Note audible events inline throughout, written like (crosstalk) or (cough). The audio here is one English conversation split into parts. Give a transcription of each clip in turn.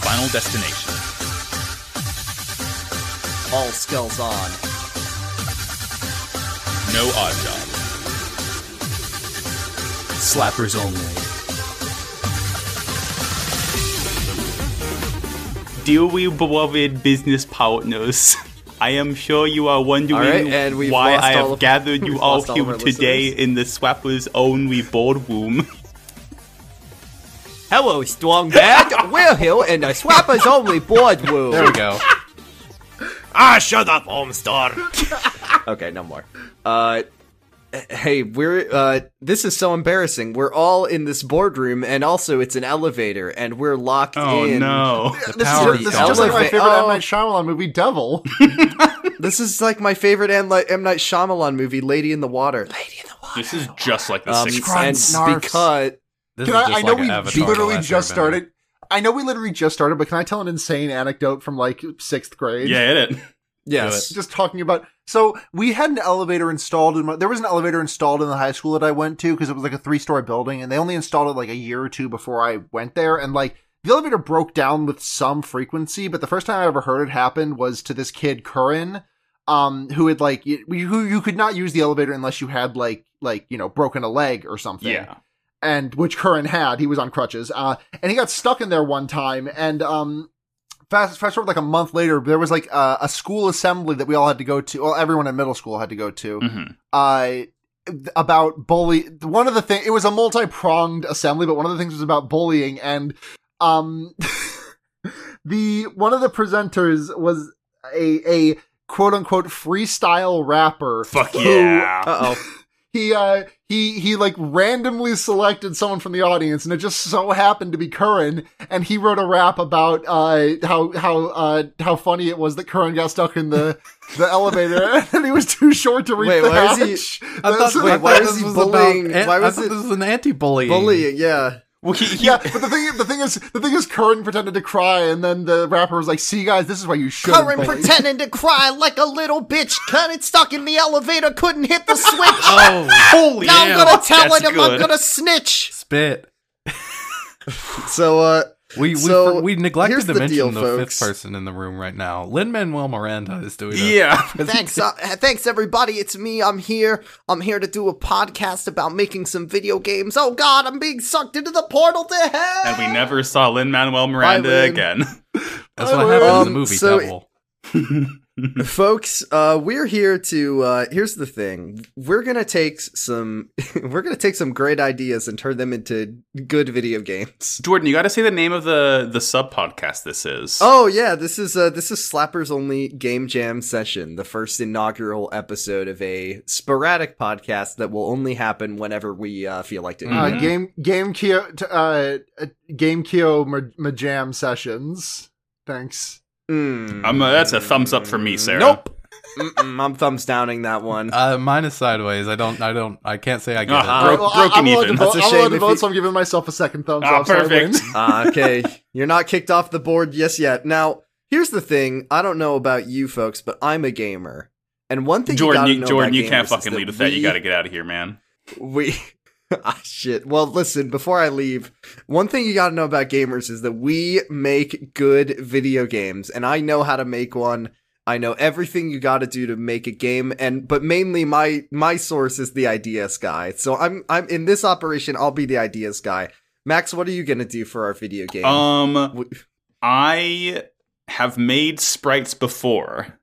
final destination. All skills on. No odd job. Slappers only. Dear we beloved business partners, I am sure you are wondering All right, and we've why lost I all have of- gathered you we've all lost all of here our today listeners. in the Swappers Only boardroom. Hello, strong man. (laughs) We're here in the Swappers Only boardroom. There we go. (laughs) Ah, shut up, Homestar. Okay, no more. Uh, h- hey, we're uh, this is so embarrassing. We're all in this boardroom, and also it's an elevator, and we're locked Oh in. no. This is, Power this is Dog. just like my favorite. M. Oh, Night Shyamalan movie, Devil. (laughs) this is like my favorite M. Li- M. Night Shyamalan movie, Lady in the Water. Lady in the Water. This is just like the Um, sixth. and Narfs. because (laughs) This Can is I, just I know like an Avatar we The literally Last just Airbender. started. I know we literally just started, but can I tell an insane anecdote from like sixth grade? Yeah, hit it. yes, Just talking about. So we had an elevator installed in. My, there was an elevator installed in the high school that I went to because it was like a three-story building, and they only installed it like a year or two before I went there, and like. The elevator broke down with some frequency, but the first time I ever heard it happen was to this kid Curran, um, who had like y- who you could not use the elevator unless you had like like you know broken a leg or something Yeah. and which Curran had. He was on crutches, uh, and he got stuck in there one time. And um, fast fast forward like a month later, there was like a, a school assembly that we all had to go to. Well, everyone in middle school had to go to. Mhm. Uh, about bully. One of the thing it was a multi pronged assembly, but one of the things was about bullying. And um, (laughs) the one of the presenters was a a quote unquote freestyle rapper. Fuck who- yeah. uh oh, he uh he he like randomly selected someone from the audience and it just so happened to be Curran and he wrote a rap about uh how how uh how funny it was that Curran got stuck in the (laughs) the elevator (laughs) and he was too short to reach Wait, the why is hatch. he- That's- thought- wait, I why thought is this he was bullying- (laughs) about- Bullying- why I was thought it- this was an anti-bullying? bullying. Yeah, Well, he, he, yeah, but the thing the thing is the thing is Curran pretended to cry and then the rapper was like, "See guys, this is why you should." pretending to cry like a little bitch. Current stuck in the elevator, couldn't hit the switch. Oh, holy I'm gonna damn, that's good. snitch. spit. So, uh, We we, So, for- we here's neglected to the mention deal, the folks. fifth person in the room right now. Lin Manuel Miranda is doing. a- (laughs) Yeah. thanks, uh, thanks everybody. It's me. I'm here. I'm here to do a podcast about making some video games. Oh God, I'm being sucked into the portal to hell. And we never saw Lin Manuel Bye, Miranda Lin. again. (laughs) that's what happened in Um, the movie so- Devil. folks uh we're here to uh here's the thing we're gonna take some (laughs) we're gonna take some great ideas and turn them into good video games Jordan, you got to say the name of the the sub podcast this is. oh yeah this is uh this is slappers only game jam session the first inaugural episode of a sporadic podcast that will only happen whenever we uh feel like doing Uh, it Mhm. game game Kyo uh uh, game Kyo Ma- Majam sessions. Thanks. Mm. I'm, uh, that's a thumbs up for me, Sarah. nope Mm-mm, i'm thumbs downing that one Uh, mine is sideways. I don't. I don't. I can't say I get Uh-huh. it. Broke- I- broken I'm allowed even. To That's vote, a I'm allowed shame to if vote, you- so I'm giving myself a second thumbs Ah, up. so I (laughs) perfect. win. Ah, okay. You're not kicked off the board yes yet. Now, here's the thing. I don't know about you folks, but I'm a gamer. And one thing Jordan, you, gotta you, know Jordan, about you can't gamers fucking is lead with that. You we- got to get out of here, man. (laughs) We (laughs) ah, shit. Well, listen, before I leave, one thing you got to know about gamers is that we make good video games, and I know how to make one. I know everything you got to do to make a game, and but mainly my my source is the ideas guy. So I'm I'm in this operation. I'll be the ideas guy. Max, what are you gonna do for our video game? Um, W- I have made sprites before.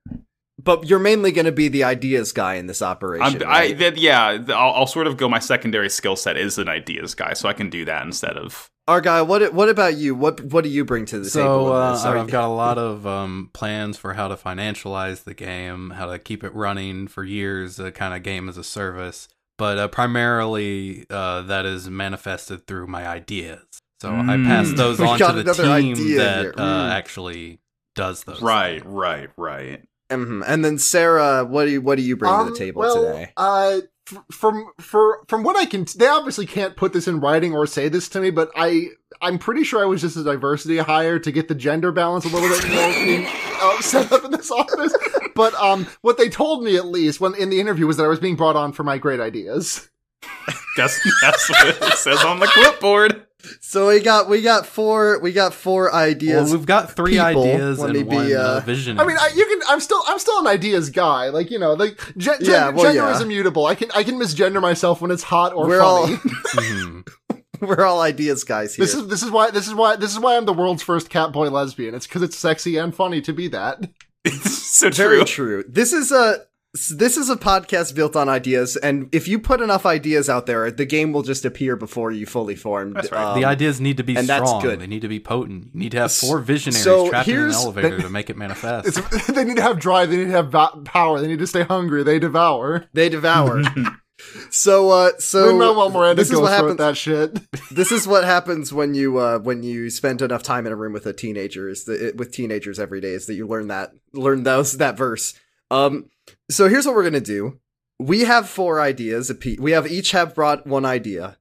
But you're mainly going to be the ideas guy in this I'm, operation. I right? th- yeah, th- I'll, I'll sort of go. My secondary skill set is an ideas guy, so I can do that instead of. Our guy, what what about you? What what do you bring to the So table? in uh, this? Are- I've got a lot of um, plans for how to financialize the game, how to keep it running for years, a kind of game as a service. But uh, primarily, uh, that is manifested through my ideas. So I Mm. pass (laughs) those We on got to the another team idea that here. uh, Mm. actually does those. Right, right, right. Mhm. And then Sarah, what do you, what do you bring to Um, the table well, today? Uh, f- from for from what I can, they obviously can't put this in writing or say this to me, but I I'm pretty sure I was just a diversity hire to get the gender balance a little (laughs) bit more being, uh, set up in this office. But um, what they told me at least when in the interview was that I was being brought on for my great ideas. (laughs) That's that's what it says on the clipboard. (laughs) so we got we got four we got four ideas. Well, we've got three people. ideas Let and me be, one uh, uh, vision. I mean, I, you can. I'm still. I'm still an ideas guy. Like you know, like gen- gen- Yeah, well, gender yeah. is immutable. I can. I can misgender myself when it's hot or We're all funny. (laughs) Mhm. We're all ideas guys here. This is this is why this is why this is why I'm the world's first catboy lesbian. It's because it's sexy and funny to be that. It's so Very true. true. This is a this is a podcast built on ideas, and if you put enough ideas out there, the game will just appear before you fully formed. That's right. Um, the ideas need to be and that's strong. good. They need to be potent. You need to have four visionaries so trapped in an here's- elevator to make it manifest. It's, (laughs) they need to have drive. They need to have va- power. They need to stay hungry. They devour. they (laughs) devour. so, uh, so Lin Manuel Miranda this is goes what through happens. that shit. this is what happens when you uh, when you spend enough time in a room with a teenager is that it, with teenagers every day is that you learn that learn those that verse. Um, so here's what we're gonna do. We have four ideas. ape- We have each have brought one idea,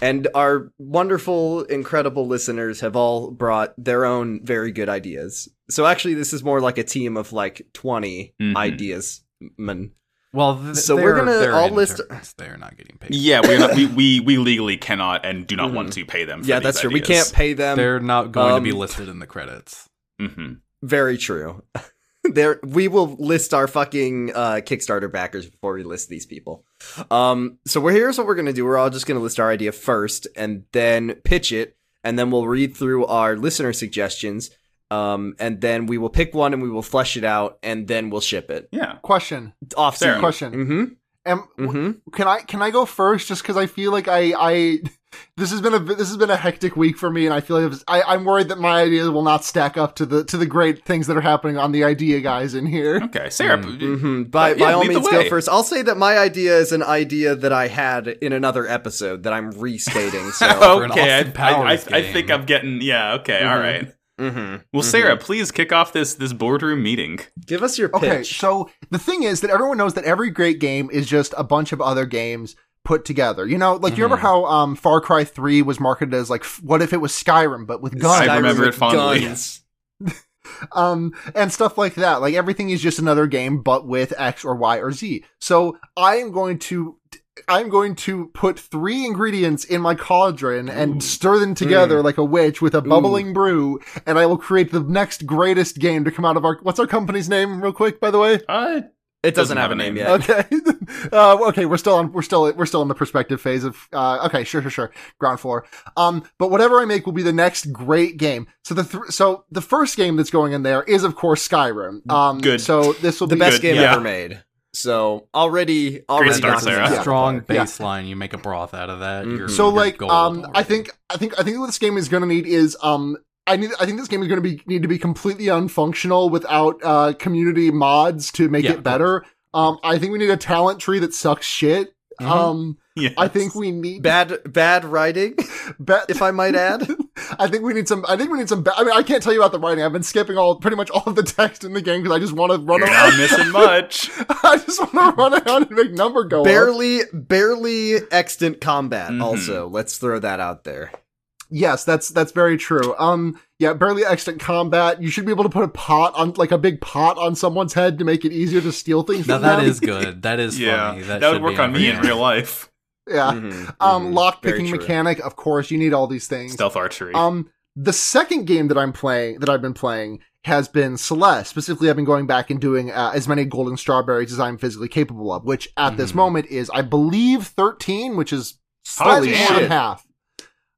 and our wonderful, incredible listeners have all brought their own very good ideas. So actually, this is more like a team of like 20 Mhm. ideas. Man, well, th- So we're they're- gonna they're all list- interns. They're not getting paid. Yeah, we're not, (laughs) we, we we legally cannot and do not Mhm. want to pay them. For yeah, these that's true. We ideas. can't pay them. They're not going to be Um, listed in the credits. Mhm. Very true. (laughs) there we will list our fucking uh Kickstarter backers before we list these people. Um so we're here's what we're going to do. We're all just going to list our idea first and then pitch it and then we'll read through our listener suggestions um and then we will pick one and we will flesh it out and then we'll ship it. Yeah, Question. Off Fair. Question. Mhm. Am, Mhm. can I can I go first? Just because I feel like I I (laughs) this has been a this has been a hectic week for me, and I feel like I, I'm worried that my ideas will not stack up to the to the great things that are happening on the idea guys in (laughs) here. okay, Sarah. Mhm. By Yeah, by all lead the means go way. first. I'll say that my idea is an idea that I had in another episode that I'm restating. So (laughs) an okay, I, Austin I, I, Powers I think game. I'm getting. Yeah, okay, all Mhm. right. Mhm. Well, Mhm. Sarah, please kick off this this boardroom meeting. give us your pitch. Okay, so the thing is that everyone knows that every great game is just a bunch of other games put together. You know, like you remember how um, Far Cry Three was marketed as like, f- what if it was Skyrim but with guns? I remember Skyrim it fondly. guns. um, and stuff like that. Like everything is just another game, but with X or Y or Z. So I am going to, I'm going to put three ingredients in my cauldron and stir them together like a witch with a bubbling brew, and I will create the next greatest game to come out of our. What's our company's name, real quick, by the way? Uh, It doesn't, have a name yet. Okay. (laughs) uh, okay, we're still on we're still we're still in the perspective phase of uh, okay, sure sure sure. Ground floor. Um but whatever I make will be the next great game. So the th- so the first game that's going in there is of course Skyrim. Um Good. so this will the be best Good, game yeah. ever made. So already, already start, knocking Sarah. it out. Yeah. Strong Yeah. baseline. You make a broth out of that. Mm-hmm. Mhm. You're, So you're like gold um I already. think I think I think what this game is going to need is um I need I think this game is going to be need to be completely unfunctional without uh community mods to make Yeah, it better. Um I think we need a talent tree that sucks shit. Um yeah. I think we (laughs) need Bad, bad writing, bet if I (laughs) might (laughs) add. I think we need some. I think we need some. Ba- I mean, I can't tell you about the writing. I've been skipping all pretty much all of the text in the game because I just want to run You're not (laughs) around. (laughs) missing much. I just want to run around and make number go up. barely, barely extant combat. Mhm. Also, let's throw that out there. Yes, that's that's very true. Um, yeah, barely extant combat. You should be able to put a pot on, like a big pot on someone's head to make it easier to steal things. now from that them. is good. That is yeah, funny. that, That, would should work be on me in every- real life. yeah. Mhm, Um, mhm. lock Very picking true. mechanic. Of course, you need all these things. Stealth archery. Um, the second game that I'm playing, that I've been playing, has been Celeste. Specifically, I've been going back and doing uh, as many golden strawberries as I'm physically capable of, which at this Mhm. moment is, I believe, 13, which is slightly Holy more than shit. half.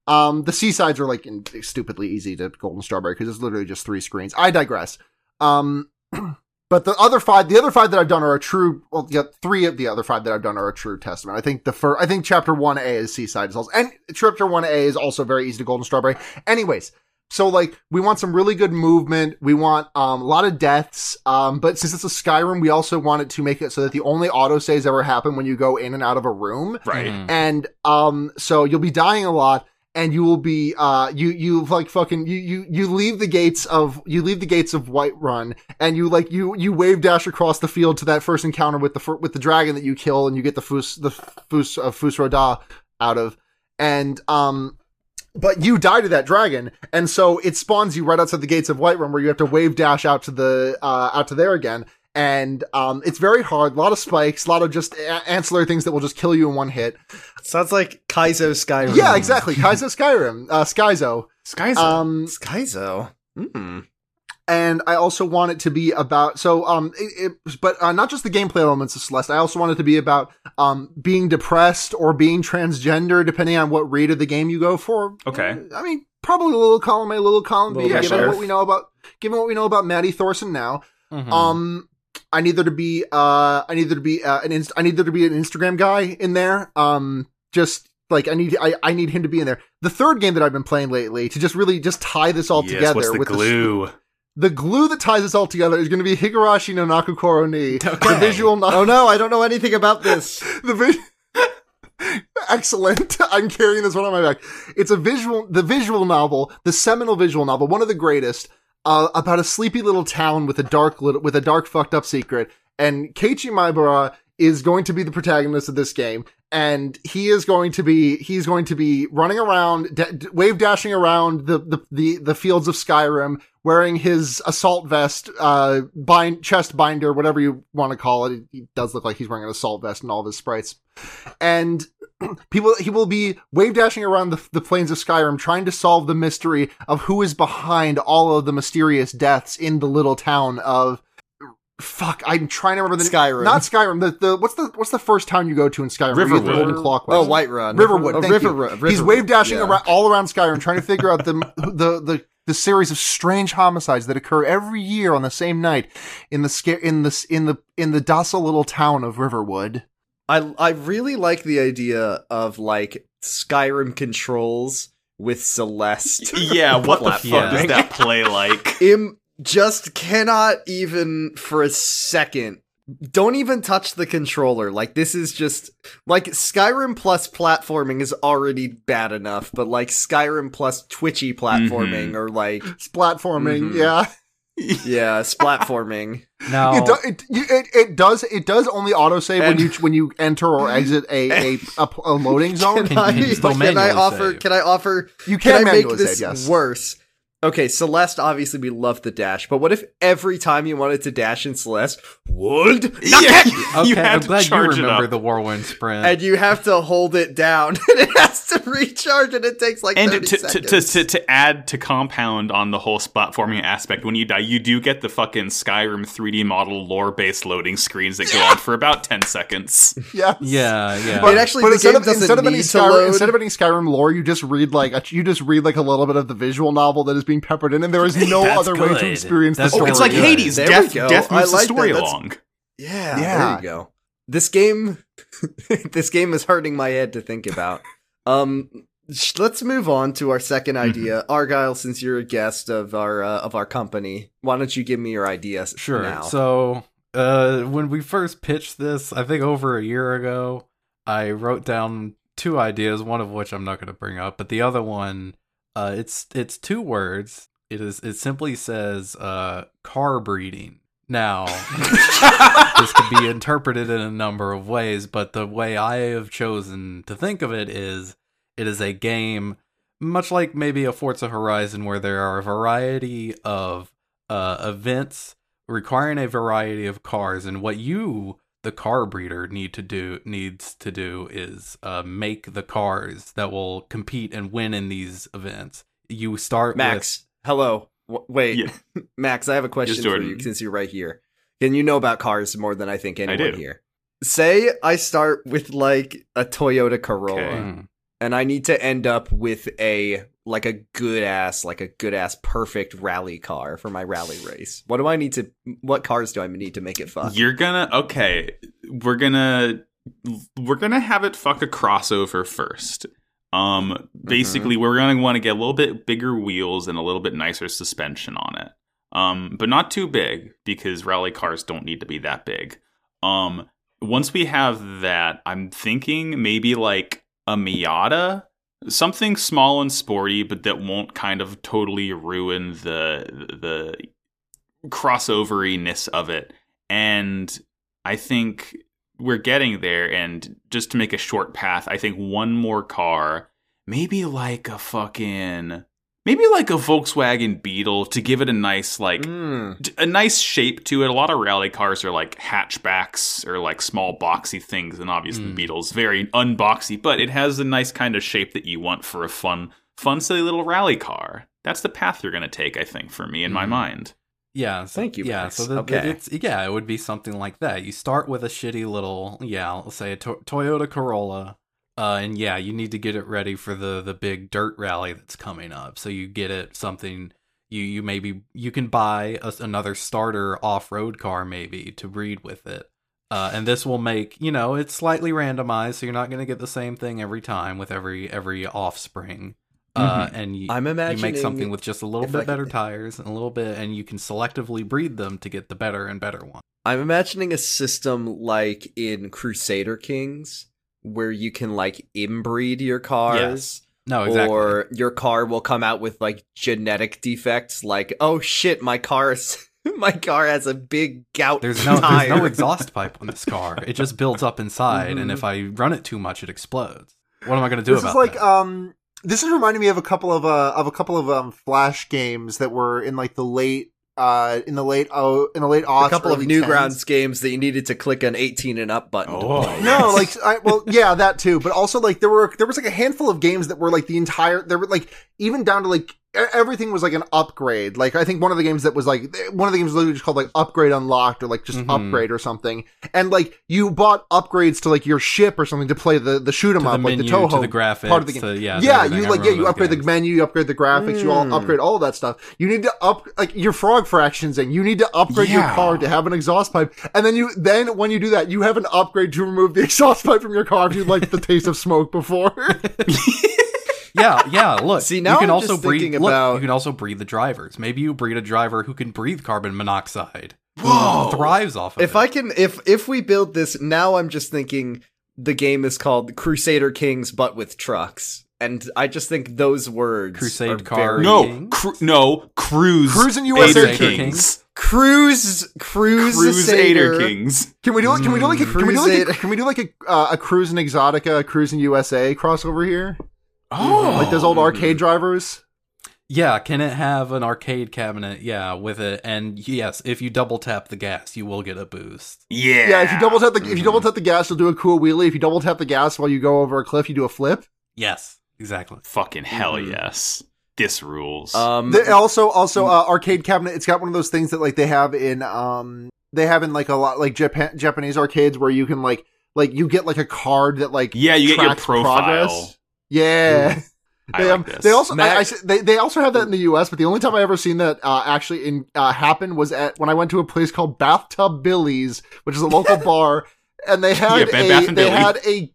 Um, the seasides are like in- stupidly easy to golden strawberry because it's literally just three screens. I digress. Um, (clears throat) but the other five, the other five that I've done are a true. Well, yeah, three of the other five that I've done are a true testament. I think the first, I think chapter one A is seaside is also, and chapter one A is also very easy to golden strawberry. Anyways, so like we want some really good movement. We want um, a lot of deaths. Um, but since it's a Skyrim, we also want it to make it so that the only autosaves ever happen when you go in and out of a room right. (laughs) Mhm. and um so you'll be dying a lot and you will be uh you you like fucking you you you leave the gates of you leave the gates of Whiterun and you like you you wave dash across the field to that first encounter with the fir- with the dragon that you kill and you get the fus the fus of Fusroda out of and um but you die to that dragon and so it spawns you right outside the gates of Whiterun where you have to wave dash out to the uh out to there again and um, it's very hard. A lot of spikes, a lot of just a- ancillary things that will just kill you in one hit. Sounds like Kaizo Skyrim. Yeah, exactly. Kaizo Skyrim, uh, Skyzo. Sky's Um, Skyzo. Mm. and I also want it to be about so um it, it but uh, not just the gameplay elements of Celeste. I also want it to be about um being depressed or being transgender, depending on what read of the game you go for. okay. I mean, probably a little column A, a little column B, Little bit, given sure. what we know about given what we know about Maddie Thorson now. Mm-hmm. Mhm. Um, I need there to be uh, I need there to be uh, an inst- I need there to be an Instagram guy in there. Um, just like I need I, I need him to be in there. The third game that I've been playing lately to just really just tie this all yes, together what's the with this- glue? the glue that ties us all together is going to be Higurashi no Nakukoro ni. The Okay. visual no- Oh no, I don't know anything about this. (laughs) the vi- (laughs) Excellent. I'm carrying this one on my back. It's a visual the visual novel, the seminal visual novel, one of the greatest, uh, about a sleepy little town with a dark little, with a dark fucked up secret. And Keiichi Maibara is going to be the protagonist of this game and he is going to be he's going to be running around da- d- wave dashing around the, the the the fields of Skyrim wearing his assault vest uh bind chest binder whatever you want to call it he does look like he's wearing an assault vest and all of his sprites and (clears throat) people he will be wave dashing around the, the plains of Skyrim trying to solve the mystery of who is behind all of the mysterious deaths in the little town of fuck I'm trying to remember the Skyrim. not Skyrim the, the what's the what's the first town you go to in Skyrim where you get the Riverwood. golden clockwise Oh, Whiterun. Riverwood. Oh, thank you. Riverwood. He's Riverwood, wave dashing yeah. around, all around Skyrim, trying to figure out the, (laughs) the the the series of strange homicides that occur every year on the same night in the sca- in the in the in the docile little town of Riverwood. I I really like the idea of like Skyrim controls with Celeste. (laughs) (laughs) Yeah, (laughs) what the fuck Yeah. does that play like? Im just cannot even for a second. Don't even touch the controller. Like this is just like Skyrim plus platforming is already bad enough, but like Skyrim plus twitchy platforming Mm-hmm. or (laughs) like It's platforming, Mhm. yeah. yeah, splatforming. now, It, do, it, you- it it does it does only autosave when And- you when you enter or exit (laughs) a a, a, a loading zone. Can I, you still can I manually offer? save? Can I offer You can, can I make manually this save, yes. worse? Okay, Celeste, obviously we love the dash, but what if every time you wanted to dash in Celeste, would (laughs) yeah, (laughs) okay, you had I'm glad to you charge remember it up. the Whirlwind Sprint. and you have to hold it down (laughs) and it has to recharge and it takes like and 30 to, to, seconds. to, to, to add to compound on the whole platforming aspect, when you die, you do get the fucking Skyrim 3D model lore based loading screens that go on for about 10 seconds. Yes. yeah, yeah. But it actually the game doesn't need any to Skyrim, load. instead of any Skyrim lore, you just read like a, you just read like a little bit of the visual novel that is being peppered in, and (laughs) there is no That's other way good. to experience That's the Oh, story. it's like good. Hades. There death, we go. death I moves like the story that. That's- along. yeah, there Yeah. you go. This game, (laughs) this game is hurting my head to think about. Um, sh- let's move on to our second idea, Argyle. Since you're a guest of our uh, of our company, why don't you give me your ideas? Sure. Now? So, uh, when we first pitched this, I think over a year ago, I wrote down two ideas, one of which I'm not going to bring up, but the other one, uh, it's it's two words. It is it simply says uh, car breeding. Now, this could be interpreted in a number of ways, but the way I have chosen to think of it is it is a game much like maybe a Forza Horizon where there are a variety of uh, events requiring a variety of cars and what you the car breeder need to do needs to do is uh, make the cars that will compete and win in these events you start Max, hello. W- wait, Yeah. (laughs) Max, I have a question for Jordan. you since you're right here. And you know about cars more than I think anyone do. here. Say I start with like a Toyota Corolla, with, Okay. Mm. and I need to end up with a like a good ass, like a good ass, perfect rally car for my rally race. What do I need to? What cars do I need to make it fun? You're gonna okay. We're gonna we're gonna have it fuck a crossover first. Um, basically, we're gonna want to get a little bit bigger wheels and a little bit nicer suspension on it. Um, but not too big because rally cars don't need to be that big. Um, once we have that, I'm thinking maybe like a Miata, something small and sporty, but that won't kind of totally ruin the the crossoveriness of it and I think we're getting there. And just to make a short path, I think one more car, maybe like a fucking, maybe like a Volkswagen Beetle to give it a nice like Mm. d- a nice shape to it. A lot of rally cars are like hatchbacks or like small boxy things, and obviously Mm. the Beetle's very unboxy, but it has the nice kind of shape that you want for a fun, fun silly little rally car. That's the path you're gonna take, I think, for me in my Mm. mind. Yeah. So, Thank you, Yeah. Max. So that, that Okay. it's yeah, it would be something like that. You start with a shitty little yeah, let's say a to- Toyota Corolla, uh, and yeah, you need to get it ready for the the big dirt rally that's coming up. So you get it something you you maybe you can buy a, another starter off road car maybe to breed with it. Uh, and this will make you know it's slightly randomized, so you're not going to get the same thing every time with every every offspring. Mm-hmm. Uh, and you, I'm you imagining make something with just a little if I bit could better think. tires and a little bit and you can selectively breed them to get the better and better one I'm imagining a system like in Crusader Kings where you can like inbreed your cars. Yes. no exactly Or your car will come out with like genetic defects, like oh shit, my car is (laughs) my car has a big gout there's no tire. there's no exhaust pipe on this car it just builds up inside and if Mm-hmm. i run it too much it explodes what am i going to do this about is like that? um this is reminding me of a couple of uh of a couple of um flash games that were in like the late uh in the late oh in the late aughts, a couple of early Newgrounds 10s. games that you needed to click an 18 and up button. to Oh. play. (laughs) No, like I, well, yeah, that too. But also, like there were there was like a handful of games that were like the entire there were like even down to like e- everything was like an upgrade. Like I think one of the games that was like one of the games was literally just called like upgrade unlocked or like just Mhm. upgrade or something. And like you bought upgrades to like your ship or something to play the the shoot 'em to the up like menu the Toho to the graphics part of the game. to- yeah, to yeah, everything. you I like yeah, remember you those upgrade the games. Hmm. menu, you upgrade the graphics, you all Mm. upgrade all of that stuff. You need to up like your frog fractions, and you need to upgrade your Yeah. car to have an exhaust pipe. And then you then when you do that, you have an upgrade to remove the (laughs) exhaust pipe from your car if you liked the taste of smoke (laughs) before. yeah yeah look uh, See, now you can I'm also just breed thinking look, about- you can also breed the drivers maybe you breed a driver who can breathe carbon monoxide who Whoa. thrives off of if it. I can, if if we build this now, I'm just thinking the game is called Crusader Kings, but with trucks, and I just think those words Crusade are car. very- No, Kings? cru- no, cruise, Cruising USA Ader Kings. Kings, cruise cruise cruise Ader Kings. can we do like can we do like a, can we do like a, Cruise it. can we do like a uh, a cruise and exotica, a cruise and USA crossover here? Oh, Like those old arcade drivers. Yeah, can it have an arcade cabinet? Yeah, with it. And yes, if you double tap the gas, you will get a boost. Yeah, Yeah, if you double tap the if you Mhm. double tap the gas, you'll do a cool wheelie. If you double tap the gas while you go over a cliff, you do a flip. Yes, exactly. Fucking hell Mhm. yes. This rules. Um, Mm-hmm. They also, also uh, arcade cabinet. It's got one of those things that like they have in um they have in like a lot like Japan Japanese arcades where you can like like you get like a card that like yeah, you get your tracks profile. progress. Yeah, I (laughs) they, like um, this. they also I- Matt- I s- they they also have that in the U.S. But the only time I ever seen that uh, actually in uh, happen was at when I went to a place called Bathtub Billy's, which is a (laughs) local bar, and they Yeah, had Bed a Bath and they Billy. had a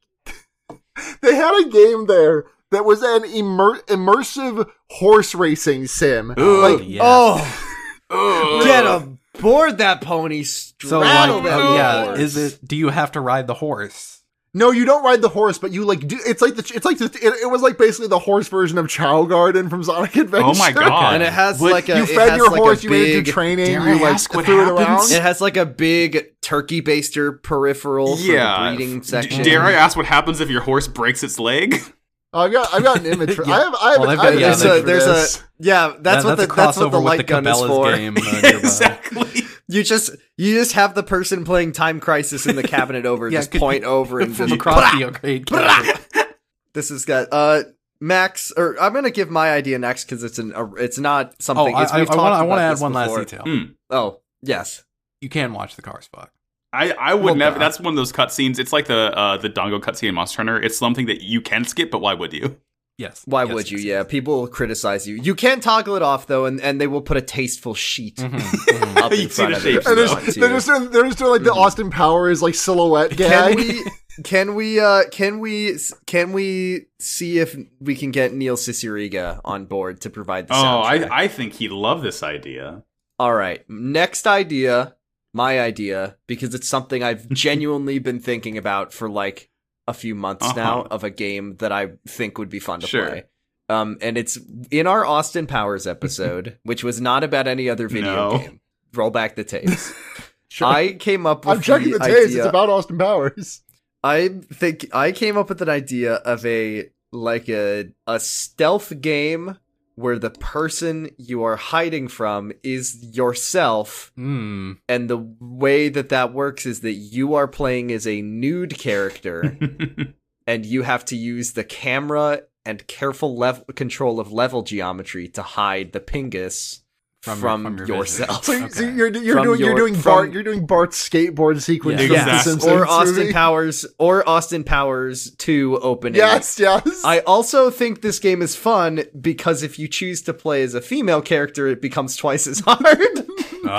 (laughs) they had a game there that was an immer- immersive horse racing sim. Ooh, like yes. Oh, Ugh. get aboard that pony, So straddle like, that oh, yeah, horse. is it do you have to ride the horse? No, you don't ride the horse, but you like do. It's like the. It's like the. It, it was like basically the horse version of Chow Garden from Sonic Adventure. Oh my god. (laughs) And it has What- like a You it fed has your like horse. a You made it big, do training. Dare You I like ask what threw it around. happens? It has like a big turkey baster peripheral for yeah. the breeding D- section. dare I ask what happens if your horse breaks its leg? I've got. I've got (laughs) an image. For, Yeah. I have. I have. an, I Well, they've have got- an yeah, image they've- for there's a- this. Yeah, that's That- what the a that's what the crossover light gun is Cabela's for. (laughs) game. uh, nearby. exactly. You just you just have the person playing Time Crisis (laughs) in the cabinet over, Yeah, just could- point over (laughs) and (laughs) From just across the arcade cabinet. this has got uh Max or I'm gonna give my idea next because it's an uh, it's not Oh, something. I, it's, I, we've I want talked I want to about add this one before. last detail. Hmm. Oh yes, You can watch the cars fuck. I, I would Well never. done. That's one of those cutscenes. It's like the uh, the Dongo cutscene in Monster Hunter. It's something that you can skip, but why would you? Yes. why yes, would you? yes, Yeah, people will criticize you. You can toggle it off though, and and they will put a tasteful sheet. yes. Mhm, (laughs) mhm. Up in Mm-hmm. (laughs) You see front the of it if shapes you And though. want there's, to. they're just doing, they're just doing like the Mhm. Austin Powers like silhouette Can gag. we? Can we? Uh, can we? Can we see if we can get Neil Ciceriga on board to provide the Oh, soundtrack? I, I think he'd love this idea. All right, next idea, my idea, because it's something (laughs) I've genuinely been thinking about for like a few months now Uh-huh. of a game that I think would be fun to Sure. play. Um, and it's in our Austin (laughs) Powers episode, which was not about any other video No. game. Roll back the (laughs) tapes. Sure. I came up with (laughs) I'm checking the idea. taste. It's about Austin Powers. I think I came up with an idea of a like a a stealth game where the person you are hiding from is yourself Hmm. and the way that that works is that you are playing as a nude (laughs) character and you have to use the camera and careful level control of level geometry to hide the pingus From from, your- from your (laughs) yourself. vision. So, so Okay. you're you're From doing you're your- doing from- Bart you're doing Bart's skateboard sequence Yeah. from The Exactly. Simpsons or Austin movie. Powers or Austin Powers 2 opening. Yes, yes. I also think this game is fun because if you choose to play as a female character, it becomes twice as (laughs) hard.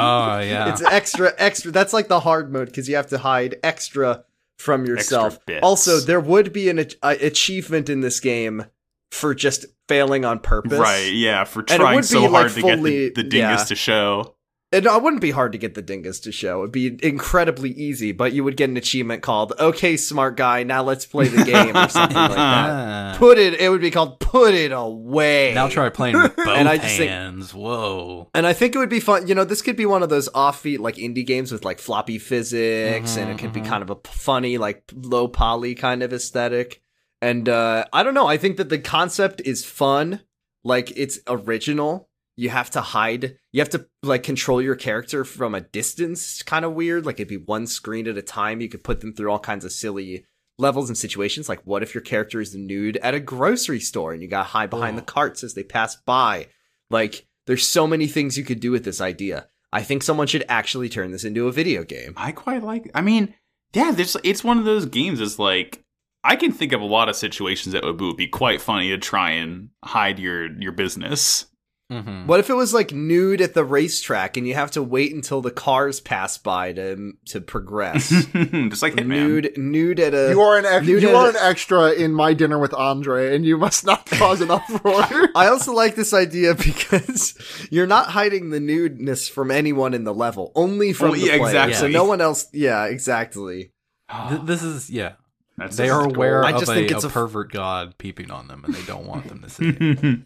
Oh yeah. It's extra, extra. That's like the hard mode because you have to hide extra from yourself. bits. also, there would be an ach- uh, achievement in this game for just failing on purpose. right, yeah, for it trying would so be, like, hard to get fully- the, the dingus yeah. to show. And it wouldn't be hard to get the dingus to show. It'd be incredibly easy, but you would get an achievement called "Okay, smart guy, now let's play the game" or something like that. Ah. Put it. It would be called "Put It Away." Now try playing with both (laughs) And I just think- hands. Whoa. And I think it would be fun. You know, this could be one of those offbeat like indie games with like floppy physics, and it could be kind of a p- funny like low poly kind of aesthetic. And uh, I don't know. I think that the concept is fun. Like it's original. You have to hide. You have to like control your character from a distance. Kind of weird. Like it'd be one screen at a time. You could put them through all kinds of silly levels and situations. Like what if your character is nude at a grocery store and you got to hide behind the carts as they pass by? Like, there's so many things you could do with this idea. I think someone should actually turn this into a video game. I quite like. I mean, yeah, there's. It's one of those games. It's like I can think of a lot of situations that would would be quite funny to try and hide your your business. (laughs) Mhm. What if it was like nude at the racetrack and you have to wait until the cars pass by to to (laughs) progress? Just like Hitman. nude, nude at a. you are an ex- you you did are it. an extra in my dinner with Andre, and you must not cause an uproar. (laughs) I also like this idea (laughs) because you're not hiding the nudeness from anyone in the level, only from Oh, the yeah, player. So exactly. no one else. Yeah, exactly. Th- this is yeah. Ah, That's they are (laughs) aware I of just a, think it's a a- pervert god peeping on them, and they don't want them to see (laughs) it.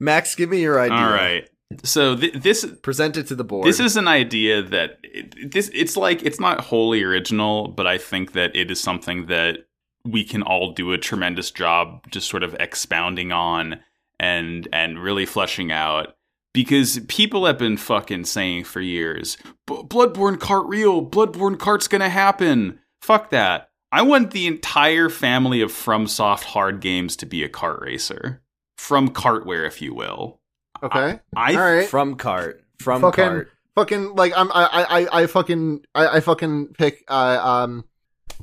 Max, give me your idea. All right. So th- this Present it to the board. this is an idea that it, this it's like it's not wholly original, but I think that it is something that we can all do a tremendous job just sort of expounding on and and really fleshing out because people have been fucking saying for years, "B- Bloodborne cart real, Bloodborne cart's gonna happen. Fuck that. I want the entire family of FromSoft hard games to be a cart racer. From cartware, if you will. Okay, I all right. from cart. From Fucking- cart. fucking like I'm I I I- I fucking I, I fucking pick uh, um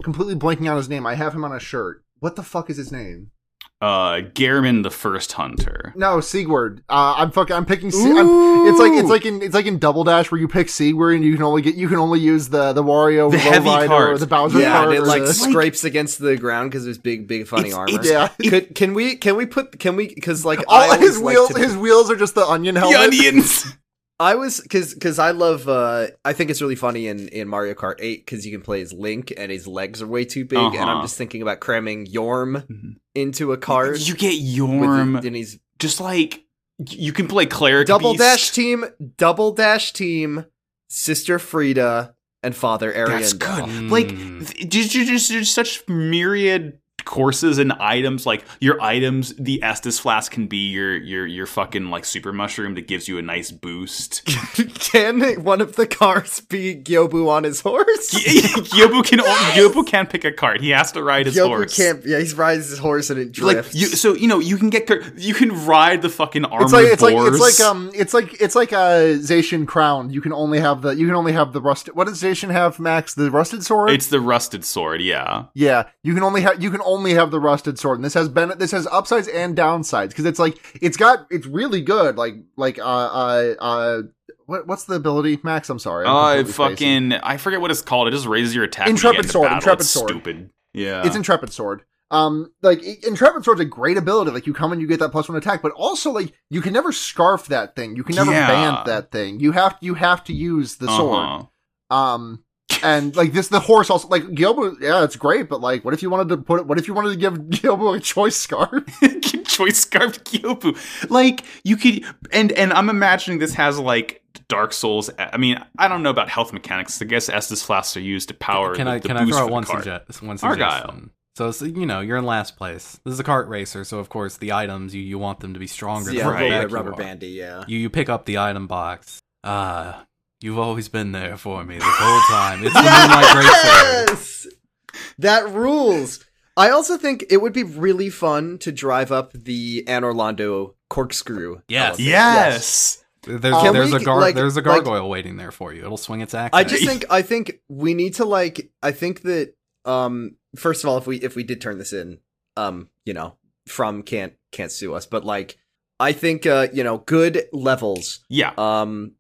completely blanking on his name. I have him on a shirt. What the fuck is his name? uh Garmin the first hunter. No, Sigward. Uh, I'm fucking. I'm picking. Se- I'm, it's like it's Ooh. like in it's like in Double Dash where you pick Sigward and you can only get you can only use the the Wario The Low heavy Rider or card. the Bowser Yeah, card. and it or like the- scrapes against the ground because there's big, big funny It's- armor. it's- yeah. Could can we can we put can we because like I All always his like wheels, to- his wheels are just the onion helmet. The onions. (laughs) I was because because I love uh I think it's really funny in in Mario Kart Eight because you can play as Link and his legs are way too big and I'm Uh-huh. just thinking about cramming Yorm Mhm. into a cart. you get with Yorm. it, and he's just like you can play cleric. double beast. dash team, double dash team, sister Frida and father Arian. That's good. Mm. Like th- just, just, just there's such myriad courses and items. Like your items, the Estus flask can be your your your fucking like super mushroom that gives you a nice boost. (laughs) (laughs) Can one of the cars be Gyobu on his horse? Yobu can Yobu can't pick a cart. He has to ride his Yoker horse. can't. Yeah, he's rides his horse and it like drifts. you, so you know you can get cur- you can ride the fucking armored It's like it's like boars. it's like um it's like it's like a Zacian crown. You can only have the you can only have the rusted. What does Zacian have, Max? The rusted sword. it's the rusted sword. Yeah. yeah, you can only have you can only have the rusted sword. And this has been this has upsides and downsides because it's like it's got it's really good. Like like uh uh uh what what's the ability, Max? I'm sorry. I'm Uh, completely fucking, spacing. I forget what it's called. It just raises your attack. when you Intrepid get into sword, battle. intrepid It's sword. Stupid. Yeah. It's Intrepid Sword. Um, like I- Intrepid Sword's a great ability. Like you come and you get that plus one attack, but also like you can never scarf that thing. You can never Yeah. band that thing. You have you have to use the sword. Uh-huh. (laughs) Um, and like this, the horse also like Gilbo. Yeah, it's great, but like, what if you wanted to put? What if you wanted to give (laughs) Gilbo a choice scarf? (laughs) choice scarf Kyopu. Like you could, and and I'm imagining this has like Dark Souls. I mean, I don't know about health mechanics. I guess Estus flasks are used to power. can the, I the can I boost throw for out one, the card. suggest- one Argyle. suggestion? So, it's you know, you're in last place. This is a kart racer, so of course the items you, you want them to be stronger. yeah, than Right. rubber, the back you rubber are. bandy, yeah. You you pick up the item box. Ah, you've always been there for me this whole time. It's the (laughs) Moonlight Racer. Yes! That rules. I also think it would be really fun to drive up the Anne Orlando corkscrew. Yes. element. Yes. There's Can there's we, a gar- like- there's a like- gargoyle waiting there for you. It'll swing its axe. I at just you. think I think we need to like I think that um first of all if we if we did turn this in um you know from can't can't sue us but like I think uh you know good levels Yeah. um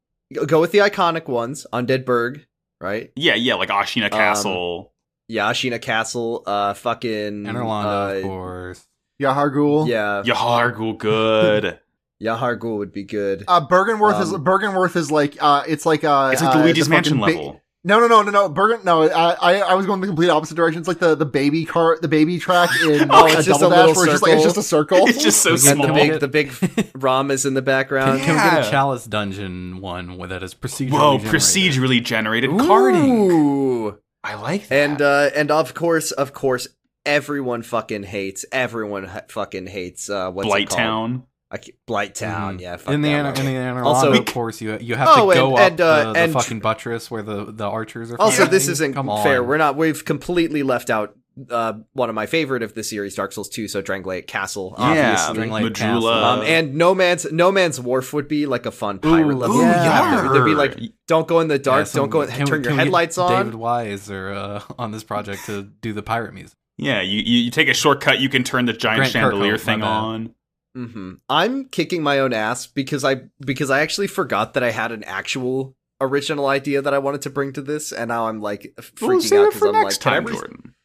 go with the iconic ones Undead Berg right Yeah, yeah, like Ashina Um, Castle. Yashina Castle uh fucking and Orlando, of uh, course. Yahargul. yeah Yahargul (laughs) good. Yahar Ghul would be good Uh, Bergenworth is Um, Bergenworth is like uh, it's like uh, it's like uh, the Luigi's Mansion fucking ba- level. (laughs) No, no, no, no, no. Bergen. No, I, I, I was going the complete opposite direction. It's like the, the baby car, the baby track (laughs) in Oh, uh, it's just Double a Dash, little where it's just like it's circle. just (laughs) a circle. It's just so We get and the small. them big all. the big (laughs) Rom is in the background Can we get Yeah. a Chalice Dungeon one where that is procedurally Whoa, generated? procedurally generated carding. Ooh. I like that. and uh and of course of course everyone fucking hates everyone ha- fucking hates uh what's it Blight called? Town. I ca- blight town Mm-hmm. yeah fuck in the that Ana- one. in the Ana- Also- Orlando, We of c- course, you you have Oh, to go and- and, up uh, the, the and- fucking buttress where the, the archers are. also this fighting. isn't Come fair on. we're not we've completely left out uh one of my favorite of the series dark souls 2 so dranglake castle yeah, obviously Dringlake Majula. Castle. um and no man's no man's wharf would be like a fun pirate level ooh, There would be yeah. like don't go in the Yeah, dark some- don't go in, can we- turn your can we get headlights on David Wise or uh, on this project to do the (laughs) pirate music. yeah, you, you you take a shortcut, you can turn the giant Grant chandelier Kirkhope, my thing bad. on. hmm I'm kicking my own ass because I because I actually forgot that I had an actual original idea that I wanted to bring to this, and now I'm like f- freaking We'll save out it because for I'm next like, time, Tyrese- Jordan.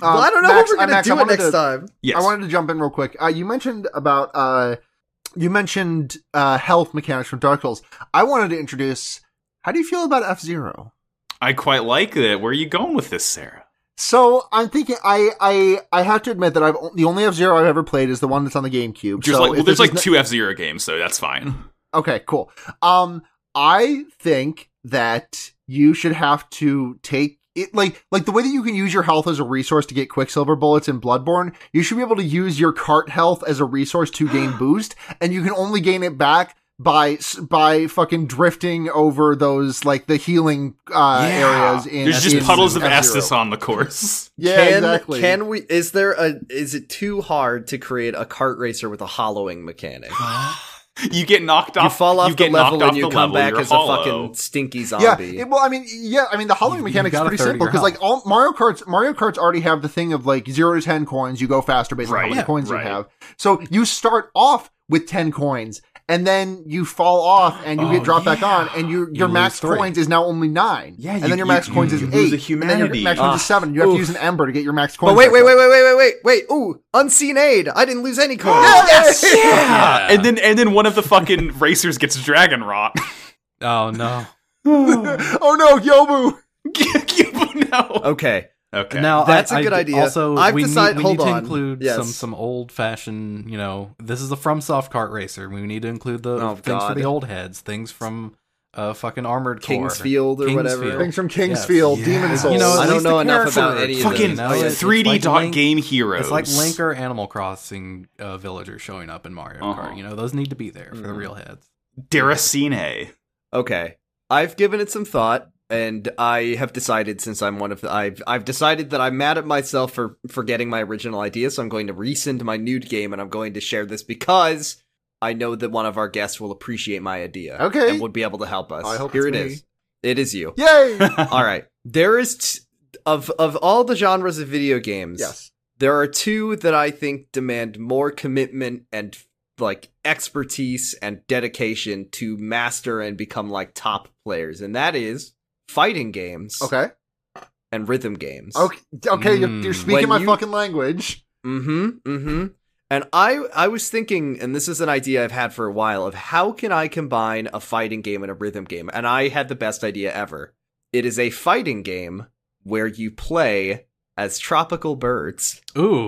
Well, I don't know Uh, what Max- we're uh, gonna Max, I do it wanted next to- time. Yes. I wanted to jump in real quick. Uh, you mentioned about uh, you mentioned uh, health mechanics from Dark Souls. I wanted to introduce. How do you feel about F Zero? I quite like that. Where are you going with this, Sarah? So I'm thinking. I I I have to admit that I've o- the only F Zero I've ever played is the one that's on the GameCube. Just so like if well, there's this is like two F Zero games, so that's fine. Okay, cool. Um, I think that you should have to take it like like the way that you can use your health as a resource to get quicksilver bullets in Bloodborne. You should be able to use your cart health as a resource to (gasps) gain boost, and you can only gain it back by s- by fucking drifting over those like the healing uh, areas. In there's just in puddles of F-Zero. Estus on the course. (laughs) Yeah, can, exactly. Can we? Is there a? Is it too hard to create a cart racer with a hollowing (sighs) mechanic? You get knocked off. you fall off you the get knocked level off and you the come level, back you're as hollow. a fucking stinky Yeah, zombie. it- well, I mean, yeah, I mean, the hollowing You- mechanic you've is got a pretty third of simple your because, like, health. all Mario Kart's Mario Karts already have the thing of like zero to ten coins. You go faster based on Right, how many coins right. you have. So you start off with ten coins, and then you fall off, and you Oh, get dropped back yeah. on, and your your lose max three. coins is now only nine. Yeah, and you- then your you- max coins you is lose eight, the and then humanity. your max coins Ah, is seven. You have oof. to use an ember to get your max coins. but wait, back wait, up. wait, wait, wait, wait, wait, wait! Ooh, unseen aid! I didn't lose any coins. (laughs) Yes! (laughs) Yeah. And then and then one of the fucking (laughs) racers gets dragon rot. (laughs) Oh no! (laughs) Oh no, Yobu! Cubo, no. Okay. Okay. Now That's a a good idea. Also, I've we decide- need, we hold need to on. include Yes. some some old fashioned. You know, this is a FromSoft kart racer. We need to include the Oh, things for God. the old heads, things from uh fucking armored core. Kingsfield or whatever. Kingsfield. Things from Kingsfield, Yes. Demon Yeah. Souls. You know, I at don't least know the enough character about any of is- them. fucking you know, it's- it's 3D like dot Link- game heroes. It's like Link or Animal Crossing uh, villager showing up in Mario Uh-huh. Kart. You know, those need to be there for the Mhm. real heads. Deracine. Okay. I've given it some thought and I have decided since I'm one of the I've I've decided that I'm mad at myself for forgetting my original idea, so I'm going to rescind my nude game and I'm going to share this because I know that one of our guests will appreciate my idea. Okay. And would be able to help us. I hope Here it it's is. me. It is you. (laughs) Yay! Alright. There is t- of of all the genres of video games, yes. there are two that I think demand more commitment and like expertise and dedication to master and become like top players, and that is fighting games Okay. and rhythm games. Okay. Okay. You're, Mm. you're When speaking my you- fucking language. Mm-hmm. Mm-hmm. And I I was thinking, and this is an idea I've had for a while, of how can I combine a fighting game and a rhythm game? And I had the best idea ever. It is a fighting game where you play as tropical birds.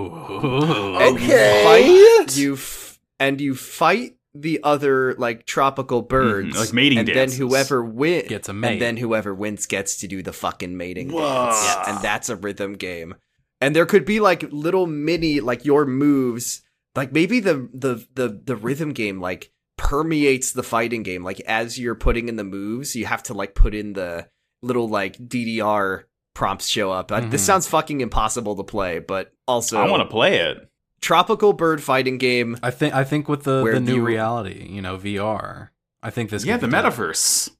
Ooooh. And Okay. You fight, you f- and you fight the other like tropical birds, Mhm, like mating and dances. then whoever wins Gets a mate. and then whoever wins gets to do the fucking mating Whoa. dance, Yes. and that's a rhythm game. and there could be like little mini like your moves like maybe the the the the rhythm game like permeates the fighting game like as you're putting in the moves you have to like put in the little like DDR prompts show up Uh, this Mhm. sounds fucking impossible to play but also Mm-hmm. I want to play it. tropical bird fighting game I think I think with the, Where the do new you- reality, you know, VR. I think this yeah, could the be dope. metaverse.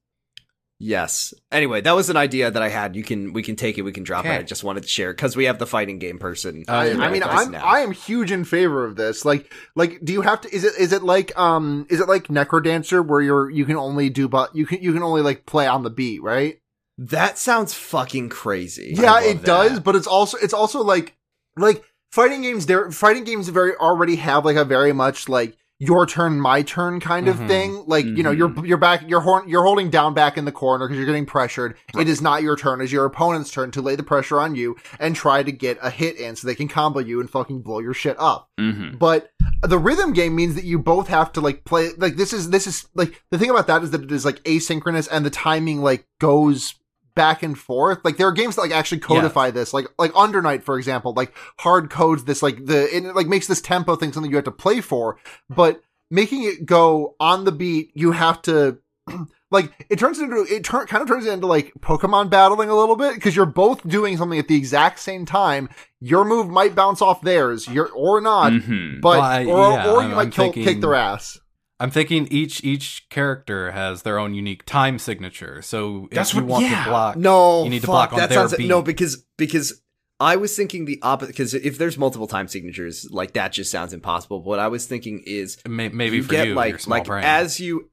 yes anyway that was an idea that I had you can we can take it we can drop Okay. it I just wanted to share cuz we have the fighting game person Uh, I, yeah. Um, I mean, with us I'm now. I am huge in favor of this. Like, like, do you have to? Is it is it like um is it like Necrodancer where you're you can only do but you can you can only like play on the beat, right? that sounds fucking crazy Yeah, I love it that. does, but it's also it's also like like fighting games. There, fighting games very already have like a very much like your turn, my turn kind of Mm-hmm. Mhm. thing. Like you know, you're you're back, you're horn, you're holding down back in the corner because you're getting pressured. It is not your turn; it's your opponent's turn to lay the pressure on you and try to get a hit in so they can combo you and fucking blow your shit up Mm-hmm. but the rhythm game means that you both have to like play like this is this is like the thing about that is that it is like asynchronous and the timing like goes back and forth like there are games that like actually codify this like like undernight for example like hard codes this like the and it like makes this tempo thing something you have to play for but making it go on the beat you have to (clears throat) like it turns into it turn, kind of turns into like pokemon battling a little bit because you're both doing something at the exact same time your move might bounce off theirs your or not Mm-hmm. but uh, Well, I- or, yeah, or you I'm- might I'm kill, thinking- kick their ass. I'm thinking each each character has their own unique time signature. So That's if you what- want yeah. to block No, You need to fuck, block on that their sounds, No, beat. because because I was thinking the opposite. Because if there's multiple time signatures, like that just sounds impossible. But what I was thinking is may, maybe you for get you like your small like brain. as you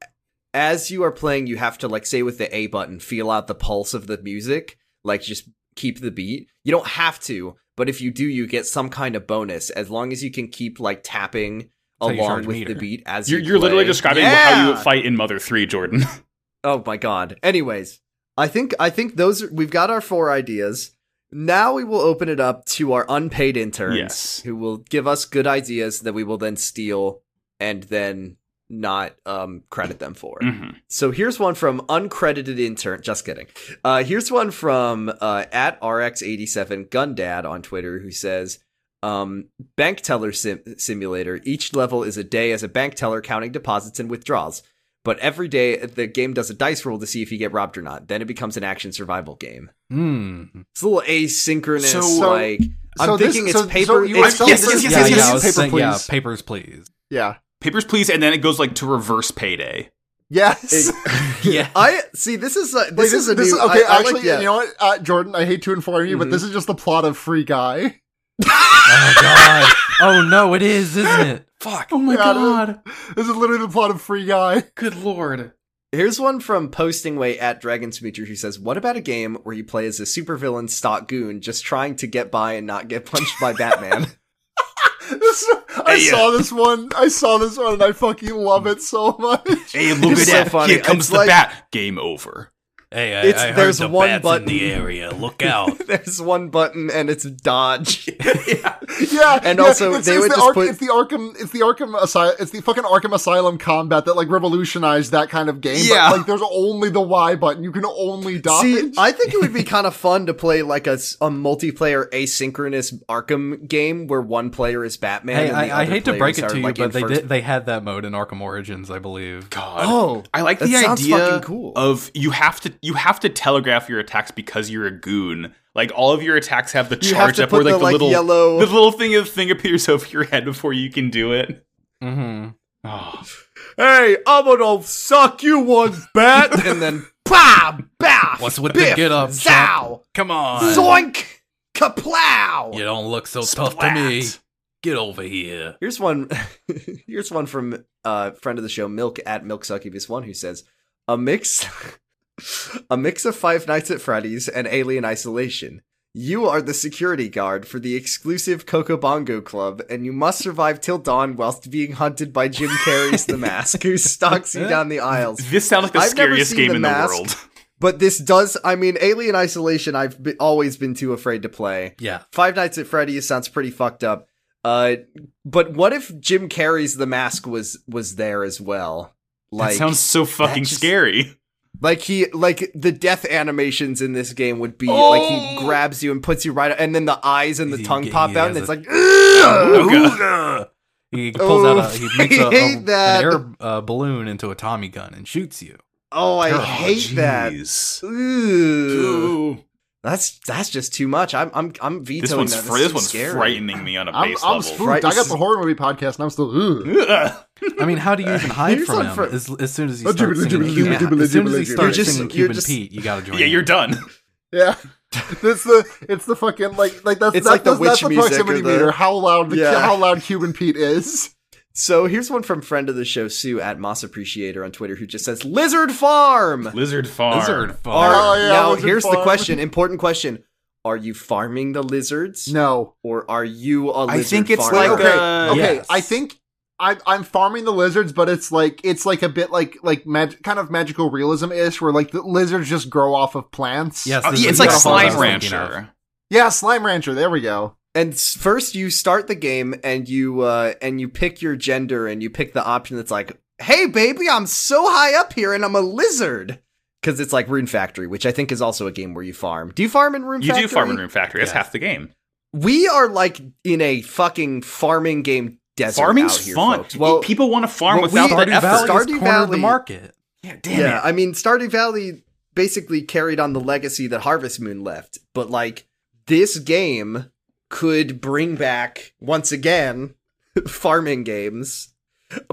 as you are playing, you have to like say with the A button, feel out the pulse of the music, like just keep the beat. You don't have to, but if you do, you get some kind of bonus as long as you can keep like tapping. That's how you charge Along with meter. the beat, as You're, you you're literally play. describing how you Yeah! fight in Mother 3, (laughs) Jordan. Oh my god. Anyways, I think I think those are, we've got our four ideas. Now we will open it up to our unpaid interns Yes. who will give us good ideas that we will then steal and then not um, credit them for. Mm-hmm. So here's one from uncredited intern. Just kidding. Uh, here's one from uh, at rx87 gundad on Twitter who says, um, "Bank teller sim- simulator. Each level is a day as a bank teller counting deposits and withdrawals. But every day uh, the game does a dice roll to see if you get robbed or not. Then it becomes an action survival game. Mm. It's a little asynchronous. So- like I'm so this- thinking so- it's paper. so you are it's- selling yes, this- yes, (laughs) Yeah, yes, yes, yeah, yes, I was paper, saying- yeah, please. papers please. (laughs) Yeah. Papers, please, and then it goes like to reverse payday. Yes. Yeah. I see. This is a, this, Like, is a new. okay. I, I actually, Mm-hmm. like, yeah. you know what, uh, Jordan? I hate to inform you, but Mhm. this is just the plot of Free Guy. (laughs) oh god. Oh no, it is, isn't it? Fuck. Oh my Yeah, god. This is literally the plot of Free Guy. (laughs) Good lord. Here's one from Postingway at Dragon Smoocher who says, What about a game where you play as a supervillain stock goon just trying to get by and not get punched by (laughs) Batman? This, I Hey, uh, saw this one. I saw this one, and I fucking love it so much. (laughs) Hey, look It's at so that. funny. Here comes It's the like- bat. Game over. Hey, I, It's- I heard there's the one bats button. in the area. Look out. (laughs) There's one button and it's (laughs) dodge. yeah, And yeah, also, it's, they it's would the just Ark- put- it's the Arkham, it's the Arkham Asylum, it's the fucking Arkham Asylum combat that like revolutionized that kind of game. Yeah. but, like there's only the Y button. You can only dodge. See, I think it would be kind of fun to play like a, s- a multiplayer asynchronous Arkham game where one player is Batman. hey, and the I, I other hate to break it players are, to you, like, in but they first- did they had that mode in Arkham Origins, I believe. God. Oh, I like that the sounds idea fucking cool. of you have to you have to telegraph your attacks because you're a goon. Like all of your attacks have the You have charge to up where put like the, the, like, little yellow- the little thing of thing appears over your head before you can do it. Mm-hmm. Oh, Hey, I'm gonna suck you one (laughs) bat and then bah, bah, What's with biff, the get up? Chump? zow, Come on. zoink, kaplow. You don't look so tough to me. Get over here. Here's one. (laughs) here's one from uh, friend of the show, Milk at Milk Succubus One, who says a mix, (laughs) a mix of Five Nights at Freddy's and Alien Isolation. You are the security guard for the exclusive Coco Bongo Club, and you must survive till dawn whilst being hunted by Jim Carrey's The Mask, who stalks you down the aisles. this sounds like the I've never scariest seen game The in Mask. the world. (laughs) But this does, I mean, Alien Isolation, I've be- always been too afraid to play. Yeah. Five Nights at Freddy's sounds pretty fucked up. Uh, but what if Jim Carrey's The Mask was was there as well? that sounds so fucking just- scary. Like he like the death animations in this game would be like he grabs you and puts you right and then the eyes and the He tongue get- pop he out and it's has (laughs) a- like Oh, "Ugh!" Oh, (laughs) He pulls out a he Oof, makes a, I a- hate an that. air uh, balloon into a Tommy gun and shoots you. Oh, I (laughs) Oh, hate that. jeez. Ooh. Ooh. That's that's just too much. I'm I'm I'm vetoing This one's that. fr- is this too one's scary. frightening me on a I'm, base I'm level. (laughs) spooked. Right, I this got is- the horror movie podcast, and I'm still. Ugh. Ugh. I mean, how do you even hide Here's from one him? for- As, as soon as he Oh, starts jibbly, singing, jibbly, Cuban, jibbly, as soon as he jibbly, starts jibbly. singing You're Cuban just- Pete, you gotta join. yeah, in. you're done. (laughs) Yeah, it's the it's the fucking like like that's It's that's, like the witch that's, that's the music proximity or the- meter. How loud the Yeah. how loud Cuban Pete (laughs) is. So here's one from friend of the show Sue at Moss Appreciator on Twitter who just says Lizard Farm. Lizard farm. Lizard Are- farm. Oh, yeah, now Lizard here's the Farm. question, important question: Are you farming the lizards, No, or are you a lizard I think it's farmer? like Okay, uh, Yeah. okay. Yes. I think I'm I'm farming the lizards, but it's like it's like a bit like like mag- kind of magical realism ish, where like the lizards just grow off of plants. Yes. Oh, this yeah, it's is like what I was slime thinking rancher. yeah, slime rancher. There we go. And s- first, you start the game, and you uh, and you pick your gender, and you pick the option that's like, "Hey, baby, I'm so high up here, and I'm a lizard." Because it's like Rune Factory, which I think is also a game where you farm. Do you farm in Rune You Factory? do farm in Room Factory. That's Yeah. half the game. We are like in a fucking farming game desert. out Farming's here, fun. E- Folks. Well, people want to farm well, without we- that Stardew Valley effort. has Stardew cornered Valley- the market. Yeah, damn yeah, it. I mean, Stardew Valley basically carried on the legacy that Harvest Moon left, but like this game could bring back once again (laughs) farming games.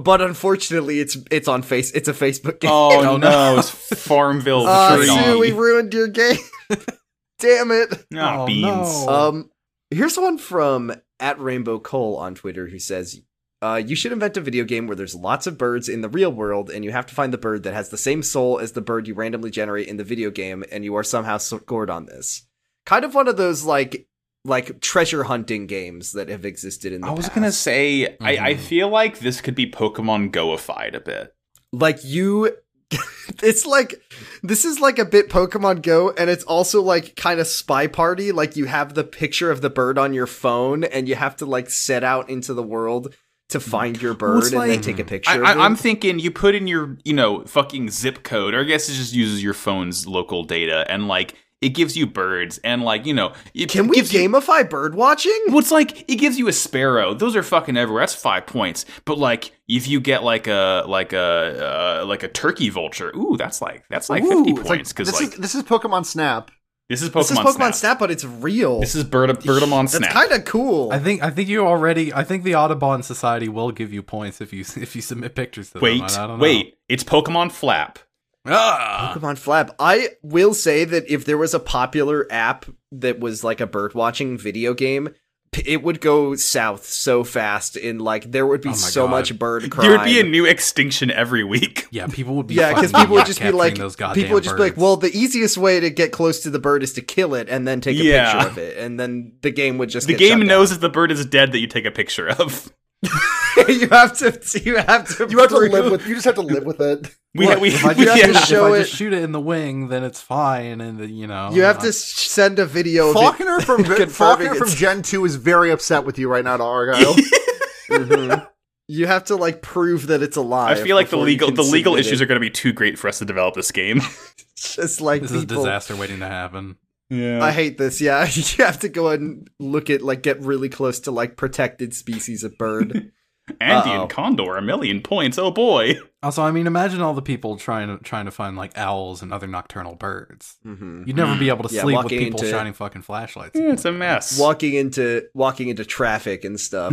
But unfortunately, it's it's on face. It's a Facebook game. Oh Oh, no, no. it's (laughs) Farmville. Uh, trade Sue, off. we ruined your game. (laughs) Damn it. oh, Oh, beans. no. Um, here's one from at Rainbow Cole on Twitter who says, uh, "You should invent a video game where there's lots of birds in the real world, and you have to find the bird that has the same soul as the bird you randomly generate in the video game, and you are somehow scored on this. Kind of one of those like like treasure hunting games that have existed in the I was past. gonna say, I, I Mhm. feel like this could be Pokemon Goified a bit. like you." (laughs) It's like this is like a bit Pokemon Go, and it's also like kind of spy party. Like you have the picture of the bird on your phone, and you have to like set out into the world to find your bird Well, it's and then like- take a picture. Mm. I, of I, it. I'm thinking you put in your, you know, fucking zip code, or I guess it just uses your phone's local data, and like it gives you birds, and like you know, it Can we gives you- (laughs) gamify bird watching? Well, it's like it gives you a sparrow. Those are fucking everywhere. That's five points. But like, if you get like a like a uh, like a turkey vulture, ooh, that's like that's like fifty Ooh, it's like- points because this like, is this is Pokemon Snap. this is Pokemon. This is Pokemon Snap. Snap, but it's real. This is Bird Birdamon That's Snap. kind of cool. I think I think you already. I think the Audubon Society will give you points if you (laughs) if you submit pictures to them. wait, I don't know. wait, it's Pokemon Flap. Ah! Pokemon Flap. I will say that if there was a popular app that was like a bird watching video game, p- it would go south so fast. In like, there would be Oh my so God. much bird crime. There would be a new extinction every week. (laughs) Yeah, people would be. yeah, because fucking people would just be capturing like, those goddamn people would just be like, birds. well, the easiest way to get close to the bird is to kill it and then take a Yeah. picture of it, and then the game would just The get game shut knows if the bird is dead that you take a picture of. down. (laughs) you have to, you have to, You have to prove- (laughs) live (laughs) with. You just have to live with it. We What? we, (laughs) if I you just, have to shoot, show if I it- just Oh shoot it in the wing, then it's fine, and the, you know You have I- to s- send a video. of it. Faulkner (laughs) from Confirming Faulkner from it's- Gen Two is very upset with you right now, (laughs) Argyle. (laughs) Mhm. You have to like prove that it's I alive. feel like the before you legal can the legal submit issues it. are going to be too great for us to develop this game. (laughs) just like This is a people. disaster waiting to happen. Yeah. I hate this. Yeah, (laughs) you have to go and look at like get really close to like protected species of (laughs) bird. Andy Uh-oh. and Condor, a million points. Oh boy. (laughs) Also, I mean, imagine all the people trying to trying to find like owls and other nocturnal birds. Mhm. You'd never be able to Yeah, sleep with walking people into- shining fucking flashlights. Hmm. Yeah, it's a mess. Walking into walking into traffic and stuff.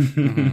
(laughs) Mm-hmm.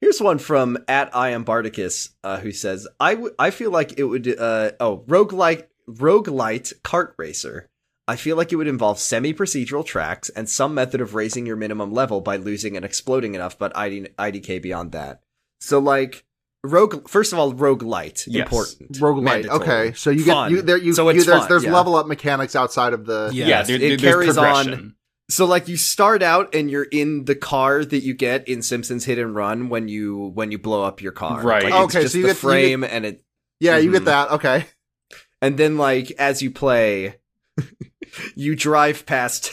Here's one from at I am Bardicus, uh, who says, "I w- I feel like it would uh oh roguelike roguelite kart racer. I feel like it would involve semi-procedural tracks and some method of raising your minimum level by losing and exploding enough, but ID- IDK beyond that. So like rogue. First of all, roguelite Yes. important. Roguelite. Mandatory. Okay, so you Fun. get you there. You, So you- it's there's fun, there's yeah. level up mechanics outside of the. Yeah. yeah, Yes, there, it there- there's carries on- progression. So like you start out and you're in the car that you get in Simpsons Hit and Run when you when you blow up your car. Right. Like, it's Okay, just so you the get- you get- frame and it Yeah, you Mhm. get that. Okay. and then like as you (laughs) play you drive past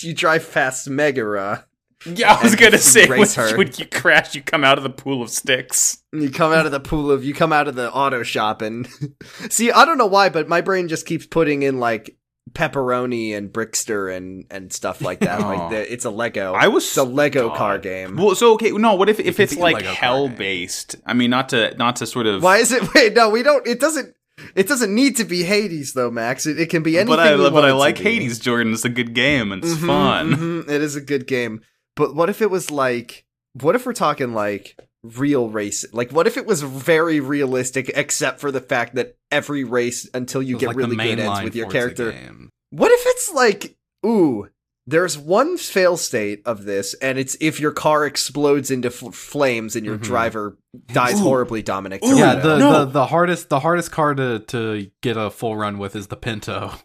you drive past megara Yeah, I was And gonna (laughs) say when, race her. when you crash, you come out of the pool of sticks. You come out of the pool of you come out of the auto shop and (laughs) see. I don't know why, but my brain just keeps putting in like pepperoni and Brickster and and stuff like that. Aw. like (laughs) the, it's a Lego. I was it's a Lego God. car game. Well, so okay, no. What if if can it's be a like Lego car hell game. based? I mean, not to not to sort of. Why is it? (laughs) Wait, no, we don't. It doesn't. It doesn't need to be Hades though, Max. It, it can be anything. but I we but want it I to like be. Hades, Jordan. It's a good game and it's Mhm, fun. mhm, it is a good game. But what if it was like? What if we're talking like real race? Like, what if it was very realistic, except for the fact that every race until you It was get like the really good ends mainline with your Forza character. game. What if it's like, ooh, there's one fail state of this, and it's if your car explodes into f- flames and your Mhm. driver dies Ooh. horribly, Dominic. Ooh. yeah, Toretto. the, no. the the hardest the hardest car to to get a full run with is the Pinto. (laughs)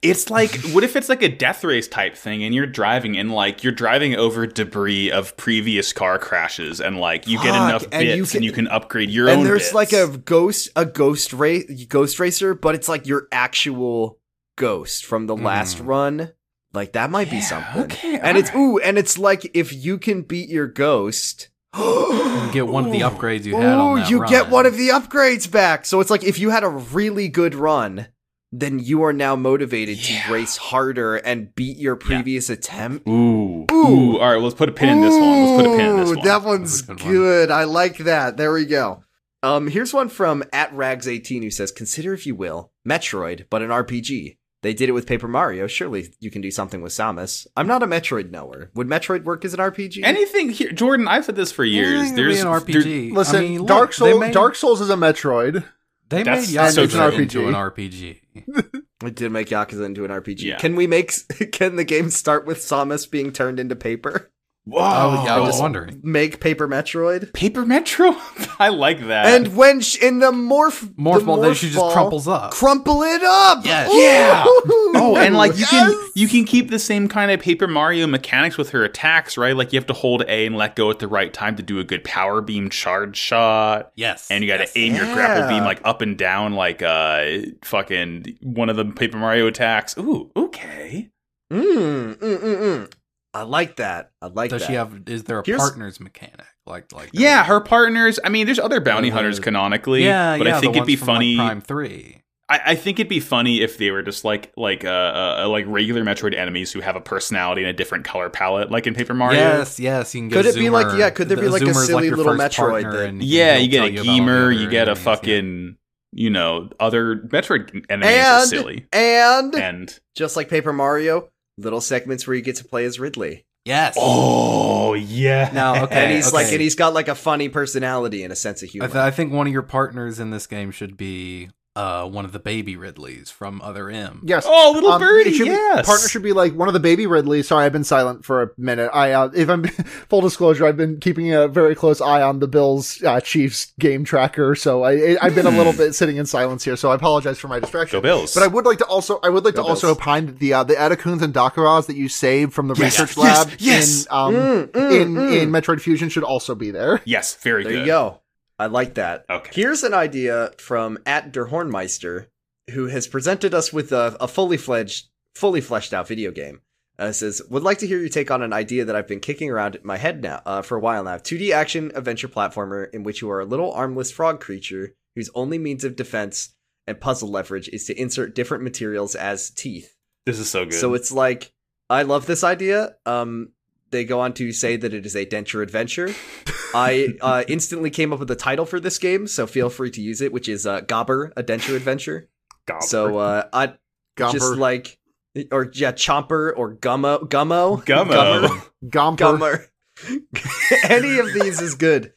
It's like what if it's like a death race type thing, and you're driving and like you're driving over debris of previous car crashes, and like you get Fuck, enough and you bits, can- and you can upgrade your own. and there's bits. like a ghost, a ghost race, ghost racer, but it's like your actual ghost from the last Mm. run. Like that might be Yeah, something. okay, and it's alright. ooh, and it's like if you can beat your ghost, (gasps) You get one of the Ooh. upgrades you had. Ooh, on that you run. get one of the upgrades back. So it's like if you had a really good run, then you are now motivated Yeah. to race harder and beat your previous attempt. Ooh. Ooh. Ooh. All right, well, let's put a pin in this one. Let's put a pin in this Ooh, one. That was one's a good one. good. I like that. There we go. Um, here's one from at Rags18 who says, "Consider if you will, Metroid, but an RPG. They did it with Paper Mario. Surely you can do something with Samus. I'm not a Metroid knower. Would Metroid work as an RPG? Anything here, Jordan? I've said this for years. Anything could be There's an there- RPG. I Listen, mean, look, Dark they Souls. made- Dark Souls is a Metroid. They made That's so Yakuza true. into an RPG. Oh, We did make Yakuza into an RPG. Yeah. Can we make? (laughs) Can the game start with Samus being turned into paper? Whoa. Oh, yeah, I was wondering. Make paper Metroid. Paper Metro. (laughs) I like that. And when sh- in the morph, Morph the ball, then she just ball, crumples up. crumple it up. Yes. (laughs) Yeah. Ooh. Oh, and like you can Yes! you can keep the same kind of Paper Mario mechanics with her attacks, right? Like you have to hold A and let go at the right time to do a good power beam charge shot, yes, and you got to yes. aim your grapple Yeah. beam like up and down, like uh fucking one of the Paper Mario attacks. Ooh, okay. Mm, mm, mm, mm. I like that. I like Does that. she have? Is there a Here's- partners mechanic? Like like Yeah, her partners. I mean, there's other bounty Mhm. hunters canonically, Yeah, but yeah, I think the it'd be ones from, like, funny. Prime Three. I, I think it'd be funny if they were just like like uh, uh like regular Metroid enemies who have a personality and a different color palette, like in Paper Mario. Yes, yes. You can get Could a it be like- Zoomer. yeah, could there be The like a Zoomer's silly your little first Metroid partner that- and Yeah, he'll you get tell a about all the Gamer, you other get a enemies, yeah. fucking, you know, other Metroid enemies are And- silly. and And just like Paper Mario, little segments where you get to play as Ridley, Yes. oh yeah, Now, okay, and he's like, okay. and he's got like a funny personality and a sense of humor. I, th- I think one of your partners in this game should be uh, one of the baby Ridleys from Other M. Yes. oh little Um, birdie, it should be- yes, partner should be like one of the baby Ridley. Sorry, I've been silent for a minute. I, uh, if I'm (laughs) full disclosure, I've been keeping a very close eye on the Bills uh, Chiefs game tracker, so I, I I've been a little bit sitting in silence here. So I apologize for my distraction. Go Bills. But I would like to also, I would like Go to also Bills. opine that the uh, the Etacoons and Dakaras that you saved from the Yes, yes, research lab yes. in um Mm, mm, in mm. in Metroid Fusion should also be there. yes, very There good. you go. I like that. Okay. Here's an idea from at Der Hornmeister, who has presented us with a, a fully fledged, fully fleshed out video game. Uh, it says, would like to hear you take on an idea that I've been kicking around in my head now uh, for a while now. 2D action adventure platformer in which you are a little armless frog creature whose only means of defense and puzzle leverage is to insert different materials as teeth. This is so good. So it's like I love this idea. Um, they go on to say that it is a denture adventure. I (laughs) uh, instantly came up with a title for this game, so feel free to use it, which is uh, Gobber, a denture adventure. Gobber. So uh, I Gomper, just like, or yeah, Chomper or Gummo, Gummo, Gummo. Gomper. Gummer. (laughs) Any of these is good.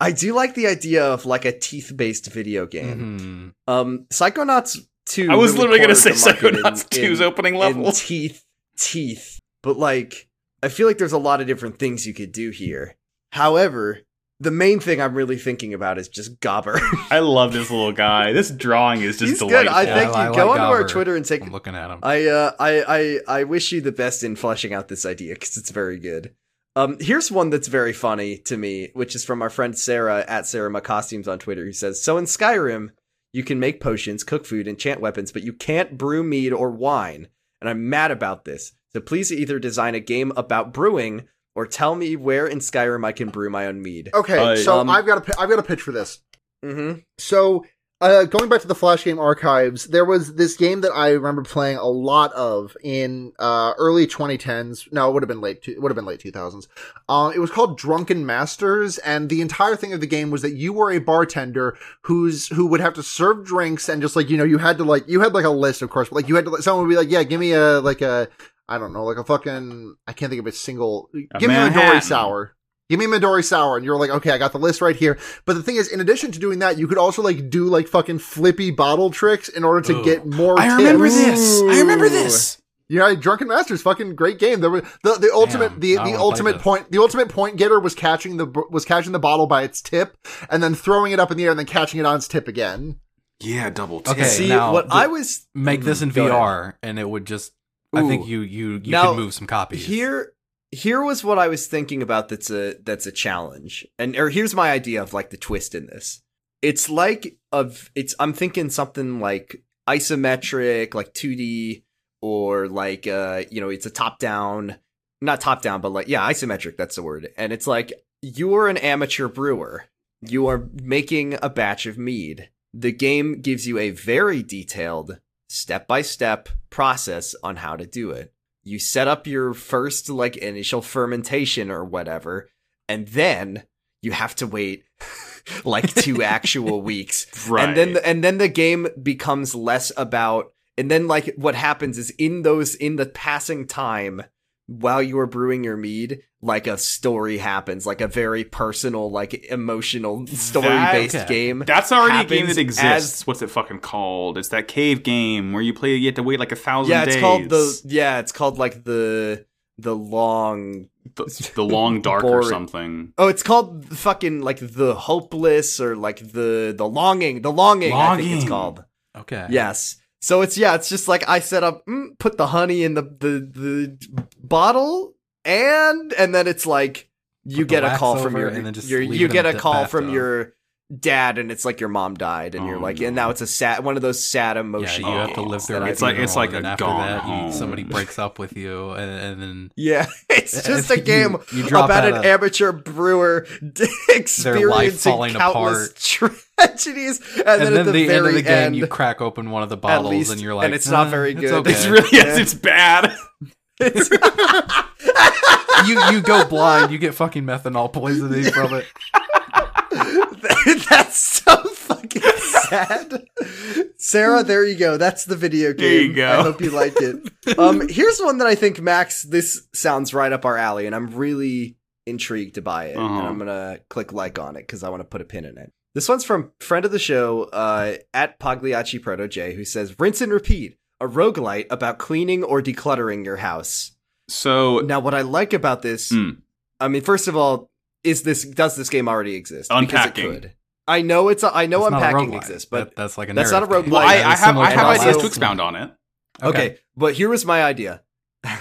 I do like the idea of like a teeth-based video game. Mhm. Um, Psychonauts two. Mm-hmm. I was really literally gonna say cornered the market Psychonauts in- in- 2's opening (laughs) level. and teeth, teeth. But like, I feel like there's a lot of different things you could do here. However, the main thing I'm really thinking about is just Gobber. (laughs) I love this little guy. This drawing is just He's delightful. good. I Yeah, thank I you. like Go onto our Gobber. Twitter and take. I'm looking at him. I, uh, I, I, I wish you the best in fleshing out this idea because it's very good. Um, here's one that's very funny to me, which is from our friend Sarah at Sarah My Costumes on Twitter, who says, "So in Skyrim, you can make potions, cook food, enchant weapons, but you can't brew mead or wine. And I'm mad about this. So please either design a game about brewing or tell me where in Skyrim I can brew my own mead. Okay, Uh, so um, I've got a pi- I've got a pitch for this. Mm-hmm. So uh, going back to the Flash game archives, there was this game that I remember playing a lot of in uh, early 2010s. No, it would have been late. It would have been late 2000s. Uh, it was called Drunken Masters, and the entire thing of the game was that you were a bartender who's who would have to serve drinks and just like you know you had to like you had like a list of course, but like you had to like someone would be like yeah give me a like a I don't know like a fucking I can't think of a single give me a Manhattan. Midori sour. Give me a Midori sour, and you're like, okay, I got the list right here. But the thing is, in addition to doing that, you could also like do like fucking flippy bottle tricks in order to Ooh. get more. I remember tips. this. I remember Ooh. this. Yeah, Drunken Masters, fucking great game. There were the the ultimate Damn, the, I wanna the play ultimate this. point the ultimate point getter was catching the was catching the bottle by its tip and then throwing it up in the air and then catching it on its tip again. Yeah, double tip. Okay, See now what the- I was Mm-hmm. Make this in Go ahead. VR, and it would just. I think Ooh. you you you Now, can move some copies. Here here was what I was thinking about that's a that's a challenge. And or here's my idea of like the twist in this. It's like of it's I'm thinking something like isometric, like 2D or like uh you know, it's a top down not top down but like yeah, isometric that's the word. And it's like you're an amateur brewer. You are making a batch of mead. The game gives you a very detailed step-by-step process on how to do it you set up your first like initial fermentation or whatever and then you have to wait (laughs) like (laughs) two actual weeks Right. and then the, and then the game becomes less about and then like what happens is in those in the passing time while you are brewing your mead like a story happens like a very personal like emotional story based okay. game That's already a game happens that exists. What's it fucking called? It's that cave game where you play. You have to wait like a thousand. yeah it's days. called the yeah it's called like the the long the, (laughs) the long dark or Boring. something. Oh, it's called fucking like the hopeless or like the the longing, the longing. I think Longing. it's called. okay. Yes. So it's yeah, it's just like I set up, mm, put the honey in the the the bottle, and and then it's like you Put the get a wax call from over your, and then just your leave you it in get a the call bathtub. from your dad, and it's like your mom died, and you're Oh, like, no. and now it's a sad one of those sad Yeah, you emotional. have to games live through that I It's a like- funeral, it's like and a then after gone that, home. You, somebody breaks up with you, and, and then Yeah, (laughs) it's (laughs) just a You- game you drop about out an of- amateur brewer (laughs) experiencing falling countless (laughs) tragedies, and, and, then, then, at the, the, end very of the game, end, you crack open one of the at bottles, least, and you're like, and it's not "Uh, very good. okay." It's (laughs) Really, Yeah. yes, it's bad. you you go blind, you get fucking methanol poisoning from it. (laughs) That's so fucking sad. Sarah, there you go. That's the video game. There you go. I hope you like (laughs) it. Um, here's one that I think Max. This sounds right up our alley, and I'm really intrigued to buy it. Uh-huh. And I'm gonna click like on it because I want to put a pin in it. This one's from friend of the show uh, at Pagliacci Proto J, who says, "Rinse and repeat." A roguelite about cleaning or decluttering your house. So Now, what I like about this, Mm. I mean, first of all, is this does this game already exist? Because it Unpacking. could. I know it's. A, I know That's not a unpacking roguelite. exists, but That- that's like a that's not a narrative game. Well, Like, I, That I is have similar I to have Last ideas of to Us. expound on it. okay. But here was my idea. (laughs)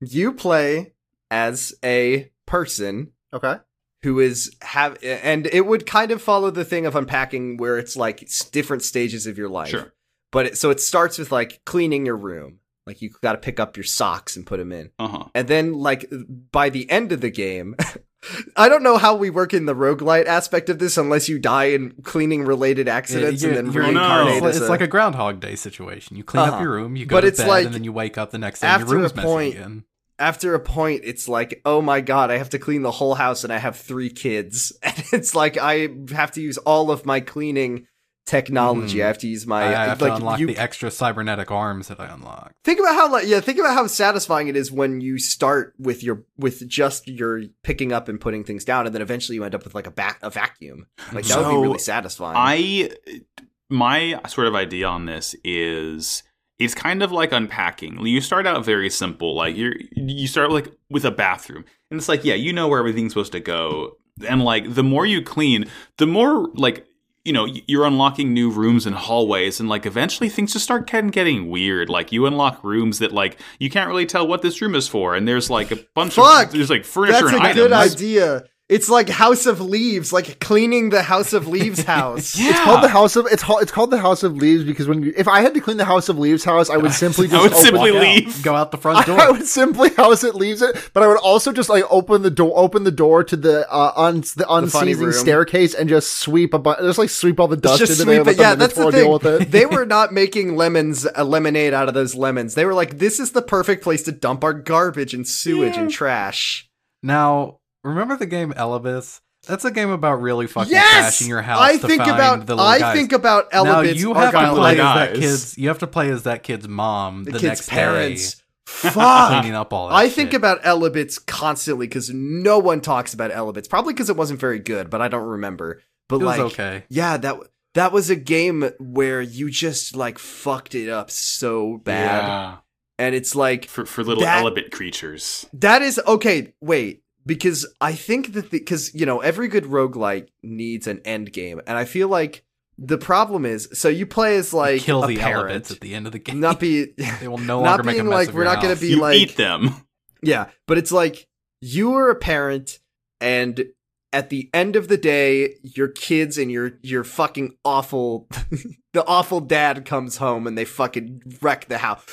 you play as a person Okay, who is have, and it would kind of follow the thing of unpacking, where it's like s- different stages of your life. Sure. But it, so it starts with like cleaning your room, like you got to pick up your socks and put them in. Uh huh. And then, like, by the end of the game, (laughs) I don't know how we work in the roguelite aspect of this unless you die in cleaning related accidents Yeah, and then you're- you're- reincarnate. It's, like, as it's a- like a Groundhog Day situation. You clean Uh-huh. up your room, you go But to it's bed, like, and then you wake up the next day, and after your room's a messy point- again. after a point, it's like, oh my god, I have to clean the whole house and I have three kids. (laughs) And it's like, I have to use all of my cleaning technology. Mhm. I have to use I, my. have like, to unlock you the extra cybernetic arms that I unlocked. Think about how like yeah, think about how satisfying it is when you start with your with just your picking up and putting things down, and then eventually you end up with like a back a vacuum. Like that would be So, really satisfying. I my sort of idea on this is it's kind of like unpacking. You start out very simple, like you are you start like with a bathroom, and it's like yeah, you know where everything's supposed to go, and like the more you clean, the more like you know y- you're unlocking new rooms and hallways, and like eventually things just start kind of getting weird. Like you unlock rooms that like you can't really tell what this room is for, and there's like a bunch Fuck! of there's like That's furniture a and items. good idea. It's like House of Leaves, like cleaning the House of (laughs) Leaves house. It's called the House of it's ho- it's called the House of Leaves because when you, if I had to clean the House of Leaves house, (laughs) I would simply just would open- simply Walk out. leave. Go out the front door. I (laughs) would simply house it leaves it, but I would also just like open the door, open the door to the uh, un- the funny room. unseizing staircase, and just sweep a bu- just like sweep all the dust Just into there. sweep and let it. Yeah, them that's the before deal with thing. it. they were not making lemons a lemonade out of those lemons. They were like, this is the perfect place to dump our garbage and sewage and trash. Now, remember the game Elibis? That's a game about really fucking yes, trashing your house. I to think find about the little I guys. think about now Elabits. you have to Argon play Little as that Guys. kid's. You have to play as that kid's mom the, the, kids' next (laughs) parents. day, Fuck. cleaning up all that. I think shit. about Elabits constantly because no one talks about Elabits. Probably because it wasn't very good, but I don't remember. But it was like, okay. yeah, that that was a game where you just like fucked it up so bad, Yeah. and it's like For, for little That- elebit creatures. that is okay. Wait, because I think that because you know every good roguelike needs an end game, and I feel like the problem is so you play as You like kill a the parent, Elibits at the end of the game. (laughs) not be they will no not longer make a being mess like, of we're your not gonna house. be You like- eat them. Yeah, but it's like you are a parent and at the end of the day your kids and your your fucking awful (laughs) the awful dad comes home and they fucking wreck the house.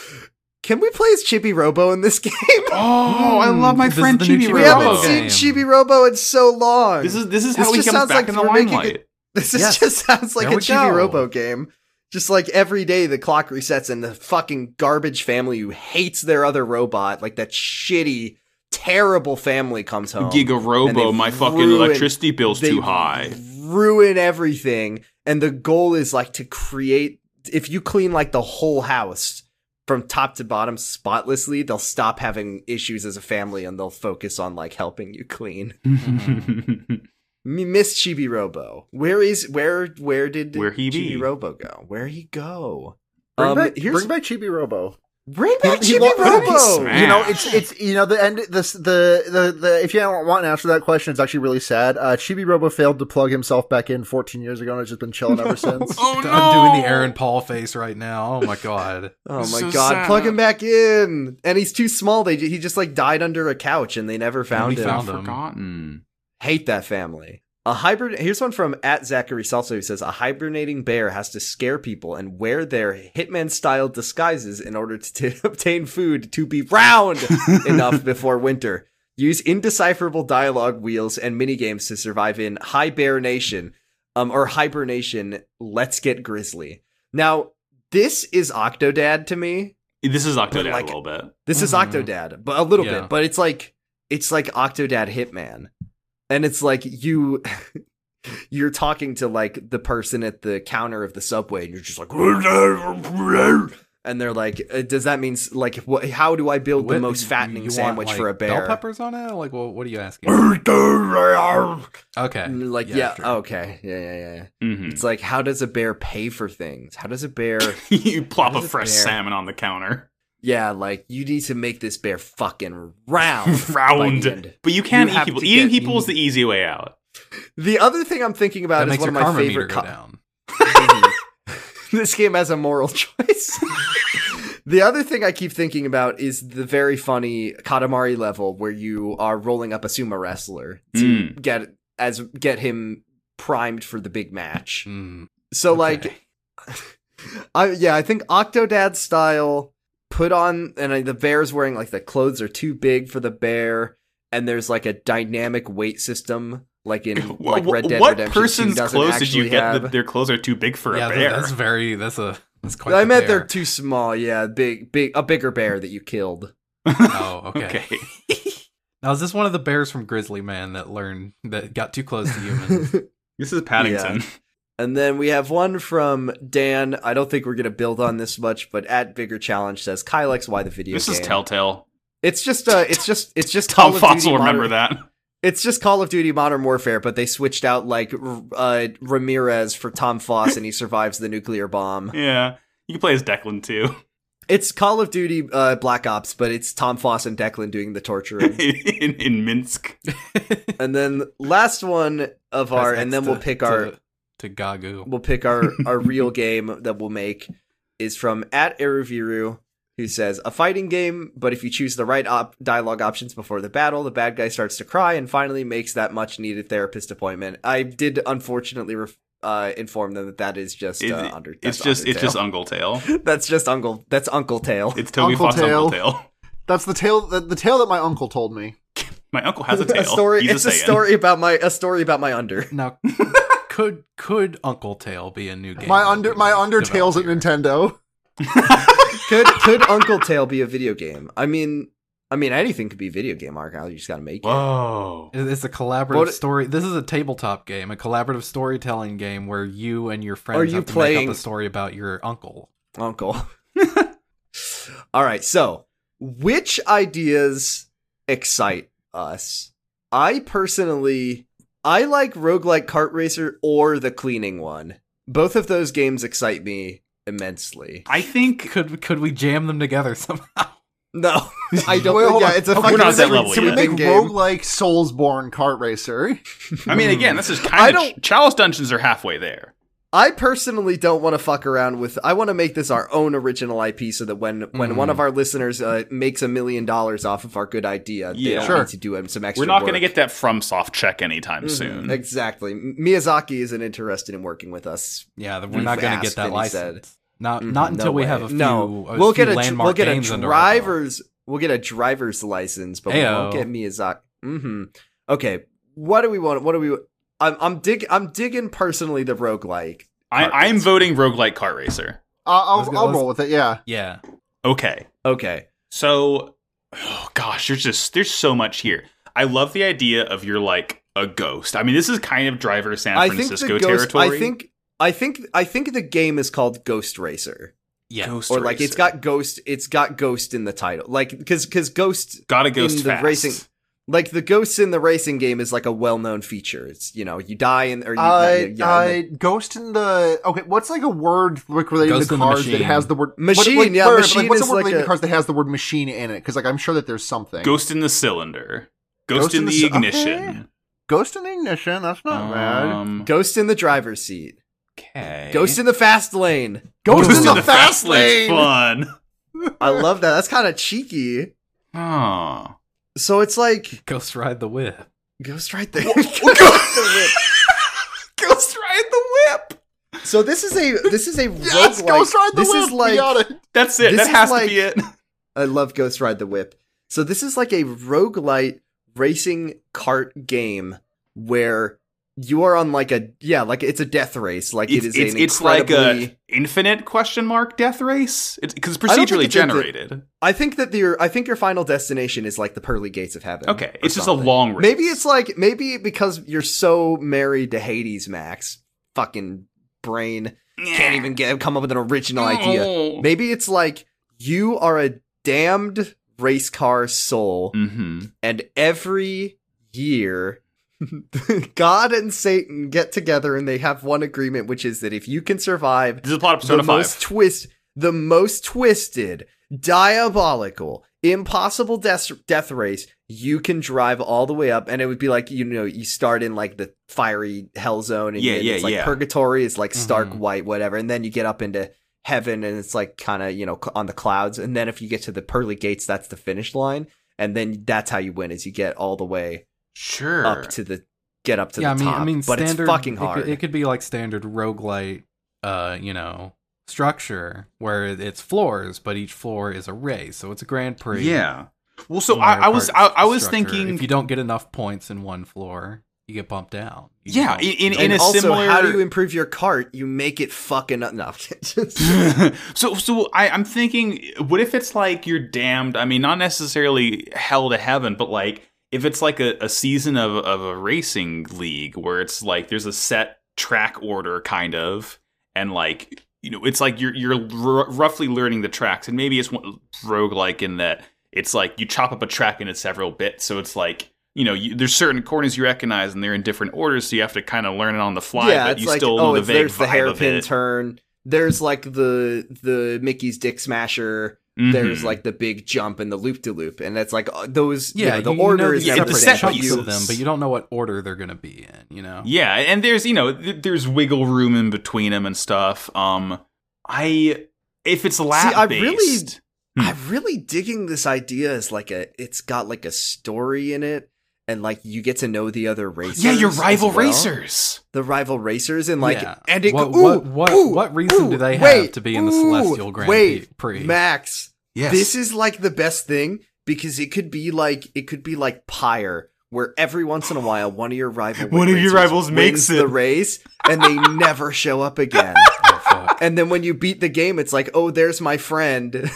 Can we play as Chibi Robo in this (laughs) game? Oh, I love my This is friend the new Chibi Chibi we Robo Robo. haven't seen Chibi game. Robo in so long. This is this is This how he just comes sounds back like in the we're making limelight. (laughs) This is Yes. just sounds like There a we Chibi go. Robo game. Just like every day the clock resets and the fucking garbage family who hates their other robot, like that shitty, terrible family comes home. Giga And they Robo, my fucking ruined- electricity bill's They too (laughs) high. Ruin everything. And the goal is like to create if you clean like the whole house from top to bottom spotlessly, they'll stop having issues as a family and they'll focus on like helping you clean. M- Miss Chibi Robo. Where is where where did Where he Chibi be? Robo go? Where he go? Bring, um, back, here's bring back Chibi Robo. bring back He- he Chibi won't- Robo. smacked. You know, it's it's you know the end. This the the the if you don't want an answer to that question, it's actually really sad. Uh, Chibi Robo failed to plug himself back in 14 years ago, and has just been (laughs) chilling ever since. oh (laughs) I'm doing the Aaron Paul face right now. Oh my (laughs) god. Oh my It's so god, sad. plug him back in. And he's too small. They he just like died under a couch and they never found we him. found I've him. forgotten. Hate that family. A hybrid. Here's one from at Zachary Salso who says a hibernating bear has to scare people and wear their hitman-style disguises in order to (laughs) t- obtain food to be round enough before winter. Use indecipherable dialogue wheels and minigames to survive in hibernation, um, or hibernation. Let's get grizzly. Now this is Octodad to me. Mm. This is Octodad like- a little bit. This is Mhm. Octodad, but a little Yeah. bit, but it's like it's like Octodad Hitman. And it's like you (laughs) you're talking to like the person at the counter of the subway and you're just like (laughs) and they're like uh, does that mean s- like what how do I build the What- most you- fattening you want, sandwich for a like, (laughs) Bell bear? peppers on it? Like, well, what are (laughs) you asking? like Okay. yeah, sure. Hmm. okay. Yeah, yeah, yeah, yeah. Mhm. It's like how does a bear pay for things? How does a (laughs) bear (laughs) you plop How a does it fresh bear? salmon on the counter. Yeah, like you need to make this bear fucking round. by the end. Round. But you can't You eat have people. to Eating get- people is the easy way out. The other thing I'm thinking That about is makes one your of my karma meter favorite. go co- (laughs) Mhm. down. this game has a moral (laughs) choice. the other thing I keep thinking about is the very funny Katamari level where you are rolling up a sumo wrestler to Hmm. Mm. get as get him primed for the big match. Mm. So Okay. like, I yeah, I think Octodad style put on, and I, the bear's wearing like the clothes are too big for the bear, and there's like a dynamic weight system, like in (laughs) Wh- like wh- Red Dead what Redemption. 2 person's doesn't clothes did you actually get have. that their clothes are too big for yeah, a tha- bear? that's very. That's a. That's quite. I the meant they're bear. too small. Yeah, big, big, a bigger bear that you (laughs) killed. Oh, (laughs) okay. okay. Now is this one of the bears from Grizzly Man that learned that got too close to (laughs) humans? This is Paddington. And then we have one from Dan. I don't think we're gonna build on this much, but at bigger challenge says Kylex, why the video? This is game?" Telltale. It's just, uh, it's just, it's just Tom Call of Fox Duty will remember modern- that. It's just Call of Duty Modern Warfare, but they switched out like R- uh, Ramirez for Tom Foss, and he survives the nuclear bomb. Yeah. You can play as Declan too. It's Call of Duty uh, Black Ops, but it's Tom Foss and Declan doing the (laughs) torturing. in, in Minsk. and then last one of our, Press X and then we'll to- pick our to, to (laughs) Gagu. we'll pick our our real game that we'll make is from at Eruviru, who says a fighting game, but if you choose the right op- dialogue options before the battle, the bad guy starts to cry and finally makes that much needed therapist appointment. I did unfortunately re- uh, inform them that that is just It- uh, under. It's that's just it's Undertale. just (laughs) Uncle Tail. that's just Uncle. That's Uncle Tail. It's Toby Uncle Fox Tail. Uncle Tail. That's the tale the, the tale that my uncle told me. (laughs) My uncle has a (laughs) tail. a story. He's it's a, Saiyan. story about my a story about my (laughs) under. (laughs) Now, could could Uncle Tail be a new game? my that under we my develop undertales at here? Nintendo. could could Uncle Tail be a video game? I mean, I mean anything could be video game, Argyle. You just got to make it. Whoa. It- It's a collaborative What- story. This is a tabletop game, a collaborative storytelling game where you and your friends you have to make playing- up a story about your uncle. Uncle. (laughs) All right. So, which ideas excite us? I personally, I like roguelike kart racer or the cleaning one. Both of those games excite me immensely. I think Could could we jam them together (laughs) somehow? No, (laughs) I don't. Wait, hold yeah, on. it's a Okay, fucking not at that street level So we yet. sweeping make game. roguelike Soulsborne kart racer. (laughs) I mean again, this is I kind don't- of Chalice Dungeons are halfway there. I personally don't want to fuck around with. I want to make this our own original IP, so that when when Mhm. one of our listeners uh, makes a million dollars off of our good idea, they Yeah. don't Sure. need to do um, some extra. We're not work. going to get that FromSoft check anytime Mhm, soon. Exactly. M- Miyazaki isn't interested in working with us. Yeah, th- we're not going to Fast, get that Vinny said. license. Not Mhm, not until no we way. have a few. No, a we'll Oh, few get a dr- landmark we'll get a games under our belt. driver's we'll get a driver's license, but we won't Ayo. get Miyazaki. Mm-hmm. Okay. What do we want? What do we? I'm I'm dig I'm digging personally the roguelike. I, Kart I'm racer. voting roguelike kart racer. Uh, Let's I'll, go- I'll let's- roll with it. Yeah. Yeah, Okay. Okay. So, oh gosh, there's just there's so much here. I love the idea of you're like a ghost. I mean, this is kind of driver San I think the Francisco ghost. territory. I think I think I think the game is called Ghost Racer, yeah. ghost or like it's racer. got ghost. It's got ghost in the title, like because because ghost got a ghost in the fast. racing- like the ghosts in the racing game is like a well known feature. It's you know you die in or you, Uh, yeah, in the- uh, ghost in the okay. What's like a word like related Ghost to in the cars that machine. has the word Machine, What, like, yeah, verb, like, machine what's is a word like related a- to cars that has the word machine in it? Because like I'm sure that there's something. Ghost in the cylinder. Ghost, Ghost in, in the, the ci- ignition. Ghost in the ignition. That's not bad. Um, Ghost in the driver's seat. okay. Ghost in the fast lane. Ghost, Ghost in the, fast lane's lane. Fun. I love that. That's kind of cheeky. Oh. So it's like (laughs) Ghost ride the whip. ghost right there. Ghost ride the whip. (laughs) so this is a this (laughs) is a Yes, roguelike- ghost ride the this whip. is like we got it. That's it. This that is has like- to be it. I love Ghost Ride the Whip. So this is like a roguelite racing kart game where you are on like a yeah, like it's a death race. Like it's, it is it's, an it's like incredibly a infinite question mark death race it's because don't think procedurally it's infinite. generated I think that your I think your final destination is like the pearly gates of heaven. okay or it's just a something. long race Maybe it's like maybe because you're so married to Hades Max, fucking brain can't even get come up with an original idea. Maybe it's like you are a damned race car soul mm-hmm. and every year (laughs) God and Satan get together and they have one agreement, which is that if you can survive this is a plot of persona the 5 most twist, the most twisted, diabolical, impossible death death race, you can drive all the way up, and it would be like you know you start in like the fiery hell zone, and Yeah, it's yeah, like yeah. purgatory is like stark Mhm. white, whatever, and then you get up into heaven, and it's like kind of you know cl- on the clouds, and then if you get to the pearly gates, that's the finish line, and then that's how you win, is you get all the way sure up to the get up to yeah, the I mean, top, I mean, but standard, it's fucking it could- hard. It could, be like standard roguelite, uh, you know, structure where it- it's floors, but each floor is a race, so it's a grand prix. yeah well so Mario I, I was Kart I, I was structure. thinking if you don't get enough points in one floor, you get bumped down. You Yeah, don't- in- in- you in don't- a also, similar- how do you improve your cart? You make it fucking up. (laughs) No, (laughs) (laughs) so so I, I'm thinking, what if it's like you're damned? I mean, not necessarily hell to heaven, but like if it's like a, a season of of a racing league where it's like there's a set track order kind of, and like you know, it's like you're you're r- roughly learning the tracks, and maybe it's one- roguelike in that it's like you chop up a track into several bits, so it's like. You know, you, there's certain corners you recognize, and they're in different orders, so you have to kind of learn it on the fly. yeah, but it's you like still know oh, the it's, vague there's the vibe of hairpin it. turn. There's like the the Mickey's Dick Smasher. There's Mm-hmm. Mhm. like the big jump and the loop de loop, and it's like uh, those. you yeah, know, the you order know is the yeah, everything. separate set but chunks you- of them, but you don't know what order they're going to be in. You know, Yeah, and there's you know th- there's wiggle room in between them and stuff. Um, I if it's lap I really- based, Mm-hmm. Hmm. I'm really digging this idea as like a it's got like a story in it and like you get to know the other racers. yeah, your as rival well. racers. The rival racers and like Yeah. and it what, ooh, what, what, ooh, what reason ooh, do they have wait, to be in the ooh, Celestial Grand wait, Prix? Max, Yes. This is like the best thing because it could be like it could be like Pyre, where every once in a while one of your rival One of your racers rivals wins makes it. the race and (laughs) they never show up again. oh, fuck. And then when you beat the game, it's like, oh, there's my friend. (laughs)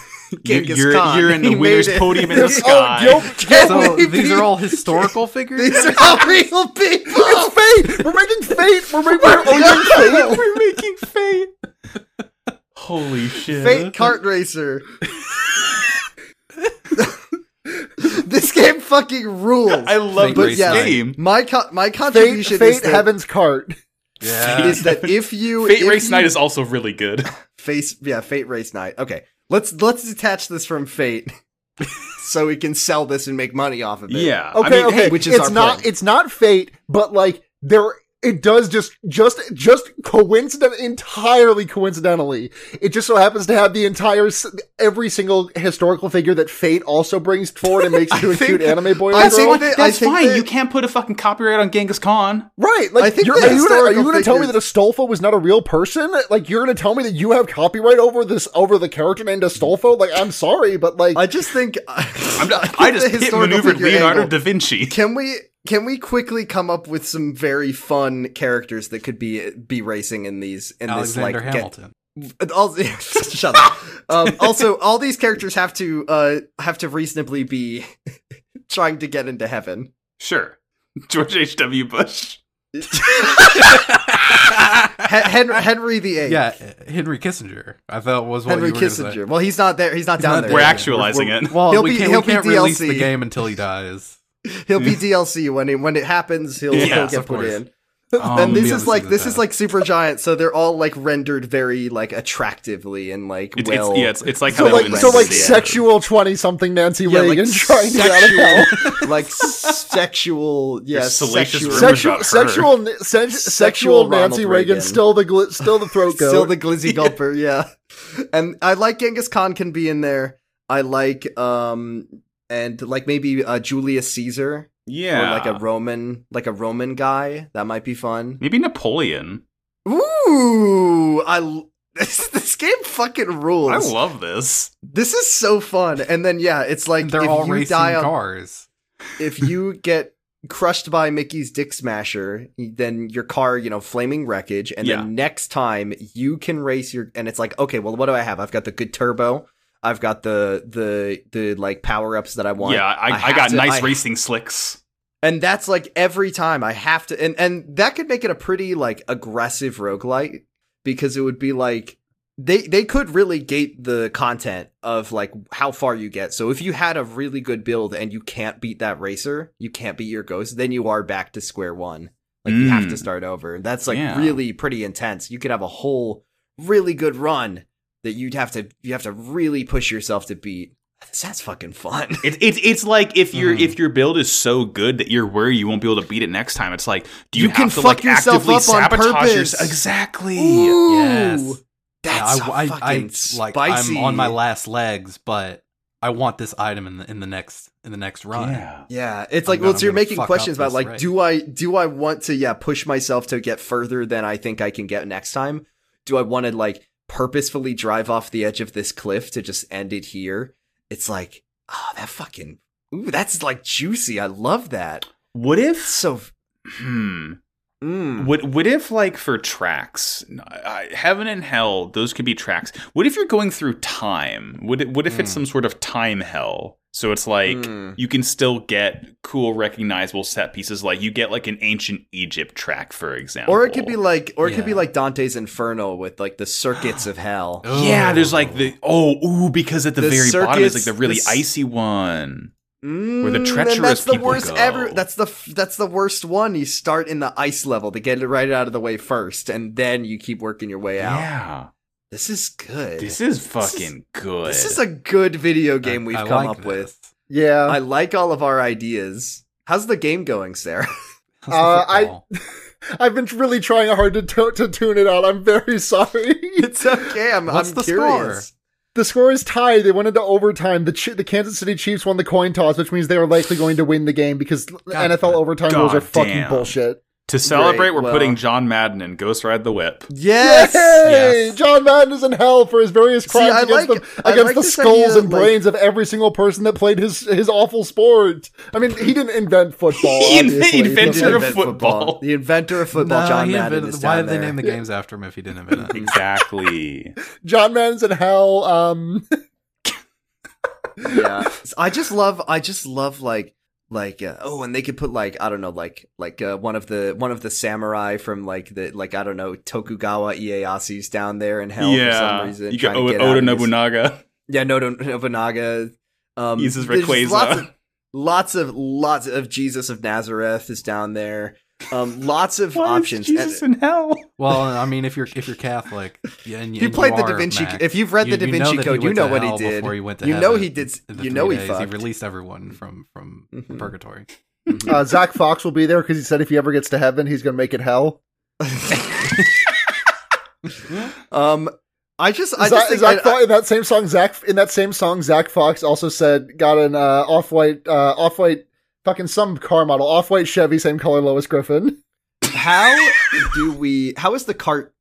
Genghis you're- Khan. (laughs) you're in the He made winner's it. podium (laughs) in (laughs) the Oh, sky. yo, can (laughs) So we these be- are all historical figures. these are all real people. Fate! We're making fate! (laughs) We're making our own We're making fate. Holy shit. Fate kart (laughs) racer. (laughs) this game fucking rules. I love Fate this race night. game. My co- my Fate, contribution is fate that- heaven's cart. (laughs) yeah. is that if you Fate if Race you- Night is also really (laughs) good. face yeah fate race night okay let's let's detach this from fate so we can sell this and make money off of it Yeah. I Okay, mean, okay. hey, which is it's our not plan. it's not fate, but like there it does just just just coincident entirely coincidentally. It just so happens to have the entire s- every single historical figure that fate also brings forward (laughs) and makes into a think- cute anime boy or I girl. think that- I that's think fine. that- you can't put a fucking copyright on Genghis Khan. right, like I think you're, the are you gonna, are you historical gonna tell me figures- that Astolfo was not a real person? Like you're gonna tell me that you have copyright over this over the character named Astolfo? Like I'm sorry, but like i just think I'm I'm not, (laughs) I just hit maneuvered Leonardo da Vinci. (laughs) can we can we quickly come up with some very fun characters that could be be racing in these in Alexander this like get- Hamilton. Al- (laughs) shut up. Um, also, all these characters have to uh, have to reasonably be (laughs) trying to get into heaven. Sure. George H.W. (laughs) Bush. Hen- Henry, Henry the Eighth. yeah, Henry Kissinger. I thought was what Henry you were gonna say. Kissinger. Well, he's not there. He's not He's down not there. there. We're yeah, actualizing we're- it. Well, He'll we be- can't, he'll we be can't release the DLC. game until he dies. He'll (laughs) be DLC when it when it happens. He'll, he'll Yes, get of put course. in. Um, and this yeah, is like a this is bad. like super giant. So they're all like rendered very like attractively and like It's, well. it's, yeah, it's, it's like so how they like would so like see it. sexual twenty something Nancy Yeah, like Reagan trying to get out of hell. sexual, like sexual, yeah, salacious sexual, rumors sexual about her. sexual na- sen- Sexual sexual Nancy Ronald Reagan, Reagan. still the gl- still the throat goat. (laughs) still the glizzy gulper, yeah. And I like Genghis Khan can be in there. I like um and like maybe uh, Julius Caesar Yeah. or like a Roman, like a Roman guy. That might be fun. Maybe Napoleon. Ooh, I l- (laughs) this, this game fucking rules. I love this. this is so fun. And then yeah, it's like And they're if all you racing die on, cars. if you get crushed by Mickey's Dick Smasher, then your car, you know, flaming wreckage. And Yeah. then next time you can race your, and it's like, okay, well, what do I have? I've got the good turbo. I've got the the the like power ups that I want. Yeah, I, I, have got to- nice I- racing slicks. and that's like every time I have to, and and that could make it a pretty like aggressive roguelite because it would be like they they could really gate the content of like how far you get. So if you had a really good build and you can't beat that racer, you can't beat your ghost, then you are back to square one. Like you have to Mm. start over. That's like Yeah. really pretty intense. You could have a whole really good run that you'd have to you have to really push yourself to beat. That sounds fucking (laughs) fun. It, it, it's like if your Hmm. Mhm. if your build is so good that you're worried you won't be able to beat it next time. It's like do you, You can have to fuck like yourself actively up on sabotage purpose. yourself? Exactly. Yes. That's yeah, so I, I, I, fucking like. spicy. I'm on my last legs, but I want this item in the in the next in the next run. Yeah. Yeah, it's I'm like gonna- well, so you're I'm gonna making fuck questions up about this like, race. do I do I want to yeah push myself to get further than I think I can get next time? Do I want to like purposefully drive off the edge of this cliff to just end it here? It's like oh that fucking ooh that's like juicy. I love that. What if So hmm, mm. What what if like for tracks, I- heaven and hell, those could be tracks. What if you're going through time? What if- what if it's Hmm. some Mm. sort of time hell? So it's like Mm. you can still get cool, recognizable set pieces. Like you get like an ancient Egypt track, for example, or it could be like or it could be Yeah. like Dante's Inferno with like the circuits of hell. yeah. There's Oh. like the oh ooh because at the, The very bottom is like circuits, the really the s- icy one. Mm, the and treacherous that's the people worst go. ever that's the f- that's the worst one you start in the ice level to get it right out of the way first and then you keep working your way out Yeah, this is good this is is- fucking good. This is a good video game I- we've I come like up this. with yeah, i like all of our ideas how's the game going sarah (laughs) How's the Uh, I- football? I've been really trying hard to, to to tune it out. I'm very (laughs) sorry. it's okay i'm, What's I'm the curious The score is tied. They went into overtime. The Chi the Kansas City Chiefs won the coin toss, which means they are likely going to win the game because NFL overtime rules are God fucking damn. bullshit. To celebrate, we're well- putting John Madden in Ghost Ride the Whip. Yes. Yay! Yes. John Madden is in hell for his various crimes I against, like- the, I against like the this skulls idea, and like- brains of every single person that played his his awful sport. I mean, he didn't invent football. He obviously, invented- but- He invented did Inventor of invent football. The inventor of football, No, John he Madden, invented- is Why down did they there. name the games after him if he didn't (laughs) invent (laughs) it? Exactly. John Madden's in hell. Um, (laughs) yeah i just love i just love like like uh, oh and they could put like i don't know like like uh, one of the one of the samurai from like the like i don't know tokugawa ieyasu's down there in hell for some yeah. reason You trying got to o- get out Oda of this- Nobunaga. yeah Noda nobunaga um Uses there's just Rayquaza. lots of, lots of lots of jesus of nazareth is down there um lots of (laughs) Why is options And- Jesus in hell. Well, I mean, if you're if you're Catholic, yeah, and, if you and played the are Da Vinci, Mac, if you've read you- the Da you know Vinci that he Code, you went know to what he hell did. before he went to You know heaven he did s- in the you three know he days. fucked. released everyone from from Mhm. purgatory. (laughs) uh, Zach Fox will be there because he said if he ever gets to heaven, he's going to make it hell. (laughs) um, I just, I Zach, just think Zach I- Fo- in that same song, Zach in that same song, Zach Fox also said got an uh, off white, uh, off white, fucking some car model, off white Chevy, same color Lois Griffin. how do we how is the cart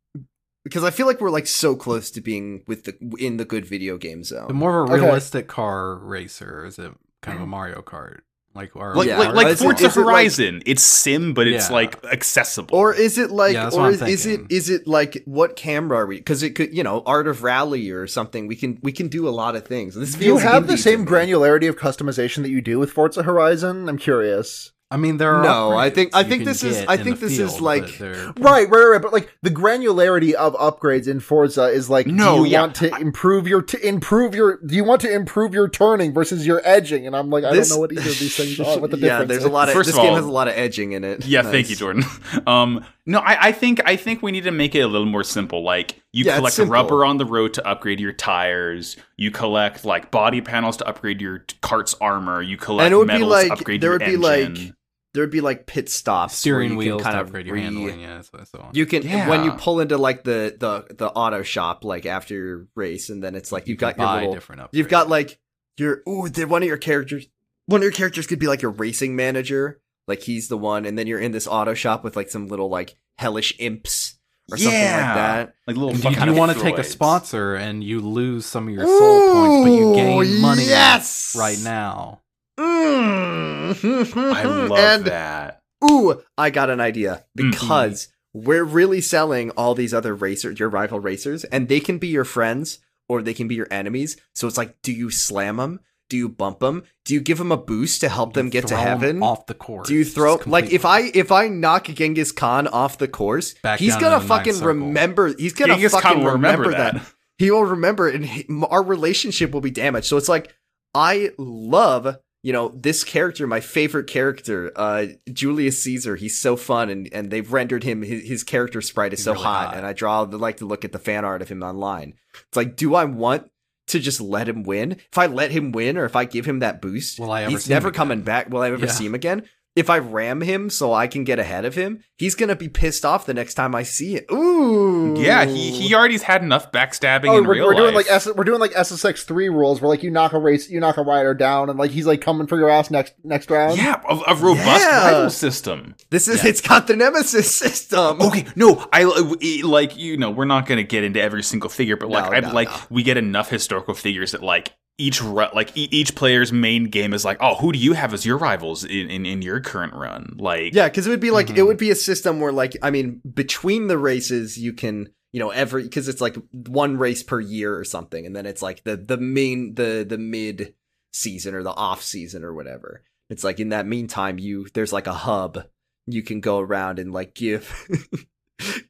because i feel like we're like so close to being with the in the good video game zone The more of a Okay. realistic car racer, or is it kind of a Mario Kart? Like or Like, Yeah. like, Or like is it- Forza is it like- Horizon. it's sim, but it's Yeah. like accessible. or is it like Yeah, that's or what is, I'm is it thinking. is it like what camera are we because it could you know art of rally or something we can we can do a lot of things this Do you feels have the indie to same me. granularity of customization that you do with Forza Horizon? I'm curious. I mean, there are No, I think- upgrades I you think can this is- get I in the think this is field, like- but they're- Right, right, right. But like the granularity of upgrades in Forza is like, No, do you yeah. want to improve your to improve your? Do you want to improve your turning versus your edging? And I'm like, I This- don't know what either of (laughs) these things are. What the yeah difference there's is. a lot of First this of game all- has a lot of edging in it Yeah, thank Nice. you, Jordan. (laughs) Um, no, I, I think I think we need to make it a little more simple. Like you Yeah, it's collect simple. rubber on the road to upgrade your tires. You collect like body panels to upgrade your t- cart's armor. You collect and it would metals be to like upgrade there your would be engine. like there would be like pit stops steering where you can wheels kind to of upgrade your re- handling. Yeah, so, so on. You can when you Yeah. pull into like the the the auto shop like after your race, and then it's like you've can got your buy little different upgrades. you've got like your ooh the, one of your characters one of your characters could be like your racing manager, like he's the one, and then you're in this auto shop with like some little like hellish imps or something Yeah. like that. like little. And do fucking you, want to take a (laughs) droids. sponsor and you lose some of your soul points, but you gain money yes! right now. (laughs) Mm. I love and that. ooh, I got an idea Mhm. Mm-hmm. because we're really selling all these other racers, your rival racers, and they can be your friends or they can be your enemies. So it's like, do you slam them? Do you bump them? Do you give them a boost to help them You get to throw 'em heaven? off the course. do you throw just like if completely. I if I knock Genghis Khan off the course, Back he's down gonna into the ninth fucking circle. remember. He's gonna Genghis fucking Khan will remember, remember that. that. He will remember, and he, our relationship will be damaged. So it's like I love you know this character, my favorite character, uh, Julius Caesar. He's so fun, and and they've rendered him his, his character sprite is He's so really hot, hot. And I draw the, like to look at the fan art of him online. It's like, do I want? To just let him win. If I let him win, or if I give him that boost, Will I ever he's see him never again? coming back. Will I ever Yeah. see him again? if I ram him so I can get ahead of him, he's gonna be pissed off the next time I see it. Ooh, Yeah, he he already's had enough backstabbing Oh, in we're, real we're life. doing like S- we're doing like SSX three rules where like you knock a race, you knock a rider down, and like he's like coming for your ass next next round. yeah, a, a robust Yeah. rival system. This is Yeah. it's got the nemesis system. Okay, no, I it- like you know we're not going to get into every single figure, but like No, I no, like no. we get enough historical figures that like each ru- like e- each player's main game is like oh who do you have as your rivals in in, in your current run like Yeah, because it would be like it Mhm. would be a system where like I mean between the races you can you know every because it's like one race per year or something, and then it's like the the main the the mid season or the off season or whatever. It's like in that meantime you there's like a hub you can go around and like give. (laughs)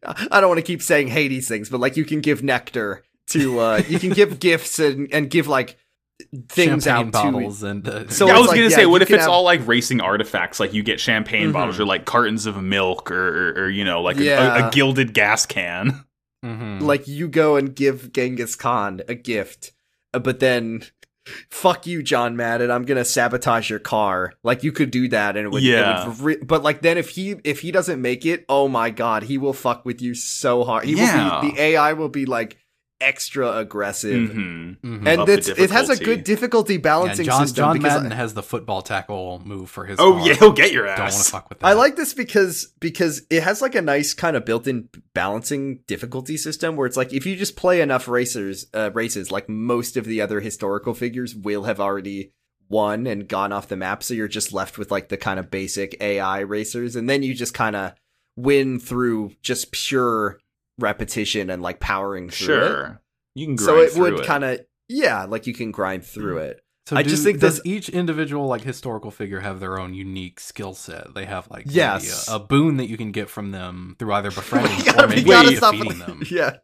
I don't want to keep saying Hades things, but like you can give nectar to uh you can (laughs) give gifts and and give like things Champagne out bottles and (laughs) uh, So Yeah, I it's was like, gonna yeah, say, you what if can it's have- all like racing artifacts? Like you get champagne Mhm. bottles or like cartons of milk or, or, or you know, like a- a, Yeah. a gilded gas (laughs) can. mhm. Mm-hmm. to like you go and give Genghis Khan a gift, uh, but then fuck you, John Madden. I'm gonna sabotage your car. Like you could do that, and it would, it Yeah. would re- but like then if he if he doesn't make it, oh my god, he will fuck with you so hard. He will Yeah. be the AI will be like extra aggressive. Mhm. Mhm. And Up the it's, it has a difficulty. good difficulty Yeah, balancing John, system John because Madden I- has the football tackle move for his. Oh (laughs) car. yeah, he'll get your Don't want to ass. fuck with that. I like this because because it has like a nice kind of built-in balancing difficulty system where it's like if you just play enough racers uh, races like most of the other historical figures will have already won and gone off the map so you're just left with like the kind of basic AI racers and then you just kind of win through just pure repetition and like powering through it. Sure, you can. Grind So it through would kind of yeah, like you can grind through it. So I do- just think does that- each individual like historical figure have their own unique skill set? They have like Yes. maybe a, a boon that you can get from them through either (laughs) befriending We gotta- or we maybe gotta stop (laughs) defeating them. yeah.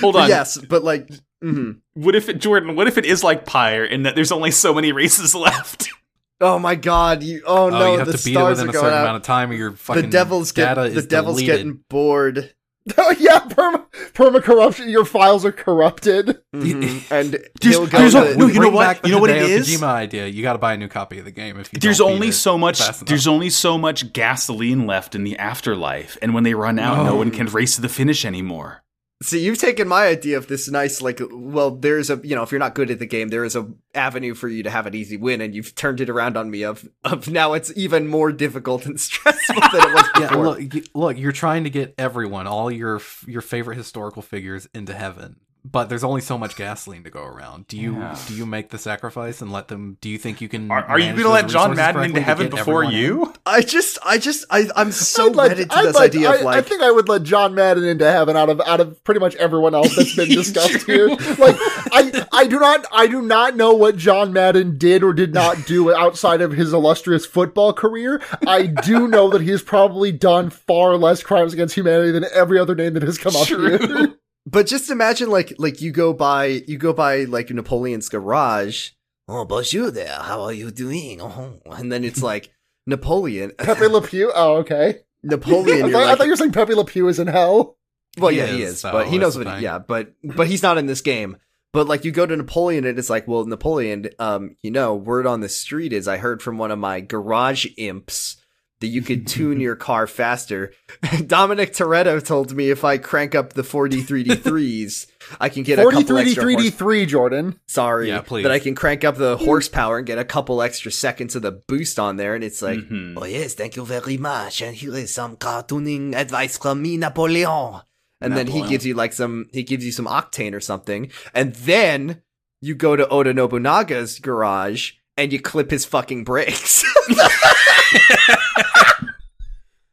Hold on. Yes, but like mhm. What if it, Jordan? What if it is like Pyre and that there's only so many (laughs) races left? Oh my god! You oh, Oh, no! you have the to beat it stars within are a going certain out. amount of time, or your the fucking devil's data getting the is devil's deleted. getting bored, Oh (laughs) yeah, perma perma corruption. Your files are corrupted. Mm-hmm. Mhm. (laughs) and There's- he'll go. there's to- a- no, We you know bring what- back the you know what it Hideo is? Kojima idea. You got to buy a new copy of the game if you. There's don't beat only it so much. fast enough. (laughs) There's only so much gasoline left in the afterlife, and when they run out, no No. one can race to the finish anymore. See, you've taken my idea of this nice, like, well, there's a, you know, if you're not good at the game, there is a avenue for you to have an easy win, and you've turned it around on me. Of, of now, it's even more difficult and (laughs) stressful than it was (laughs) Yeah, before. look, you- look, you're trying to get everyone, all your f- your favorite historical figures, into heaven, but there's only so much gasoline to go around. Do you Yeah. do you make the sacrifice and let them? Do you think you can? Are, are you going manage to those let John resources Madden correctly into to heaven get before everyone you? (laughs) I just, I just, I, I'm so wedded to I'd this like- idea I- of like, I think I would let John Madden into heaven out of out of pretty much everyone else that's (laughs) been discussed here. Like I I do not I do not know what John Madden did or did not do outside of his illustrious football career. I do know that he's probably done far less crimes against humanity than every other name that has come up here. But just imagine like like you go by you go by like Napoleon's garage. Oh, bonjour there. How are you doing? Oh, and then (laughs) it's like Napoleon. (laughs) Pepe Le Pew. Oh, okay. (laughs) Napoleon. (laughs) I, You're thought, I like, thought you were saying Pepe Le Pew is in hell. well, He yeah, he is, is, so but he that's knows the what. thing. He, yeah, but but he's not in this game. But like you go to Napoleon and it's like, well, Napoleon, um, you know, word on the street is I heard from one of my garage imps that you could tune your car faster. (laughs) Dominic Toretto told me if I crank up the 43D3s, I can get a Forty couple three D extra three horse- D three. Jordan. sorry Yeah, please. that I can crank up the horsepower and get a couple extra seconds of the boost on there, and it's like, Mhm. oh yes, thank you very much, and here is some cartooning advice from me, Napoleon. And then he Napoleon. gives you like some, he gives you some octane or something, and then you go to Oda Nobunaga's garage and you clip his fucking brakes. (laughs)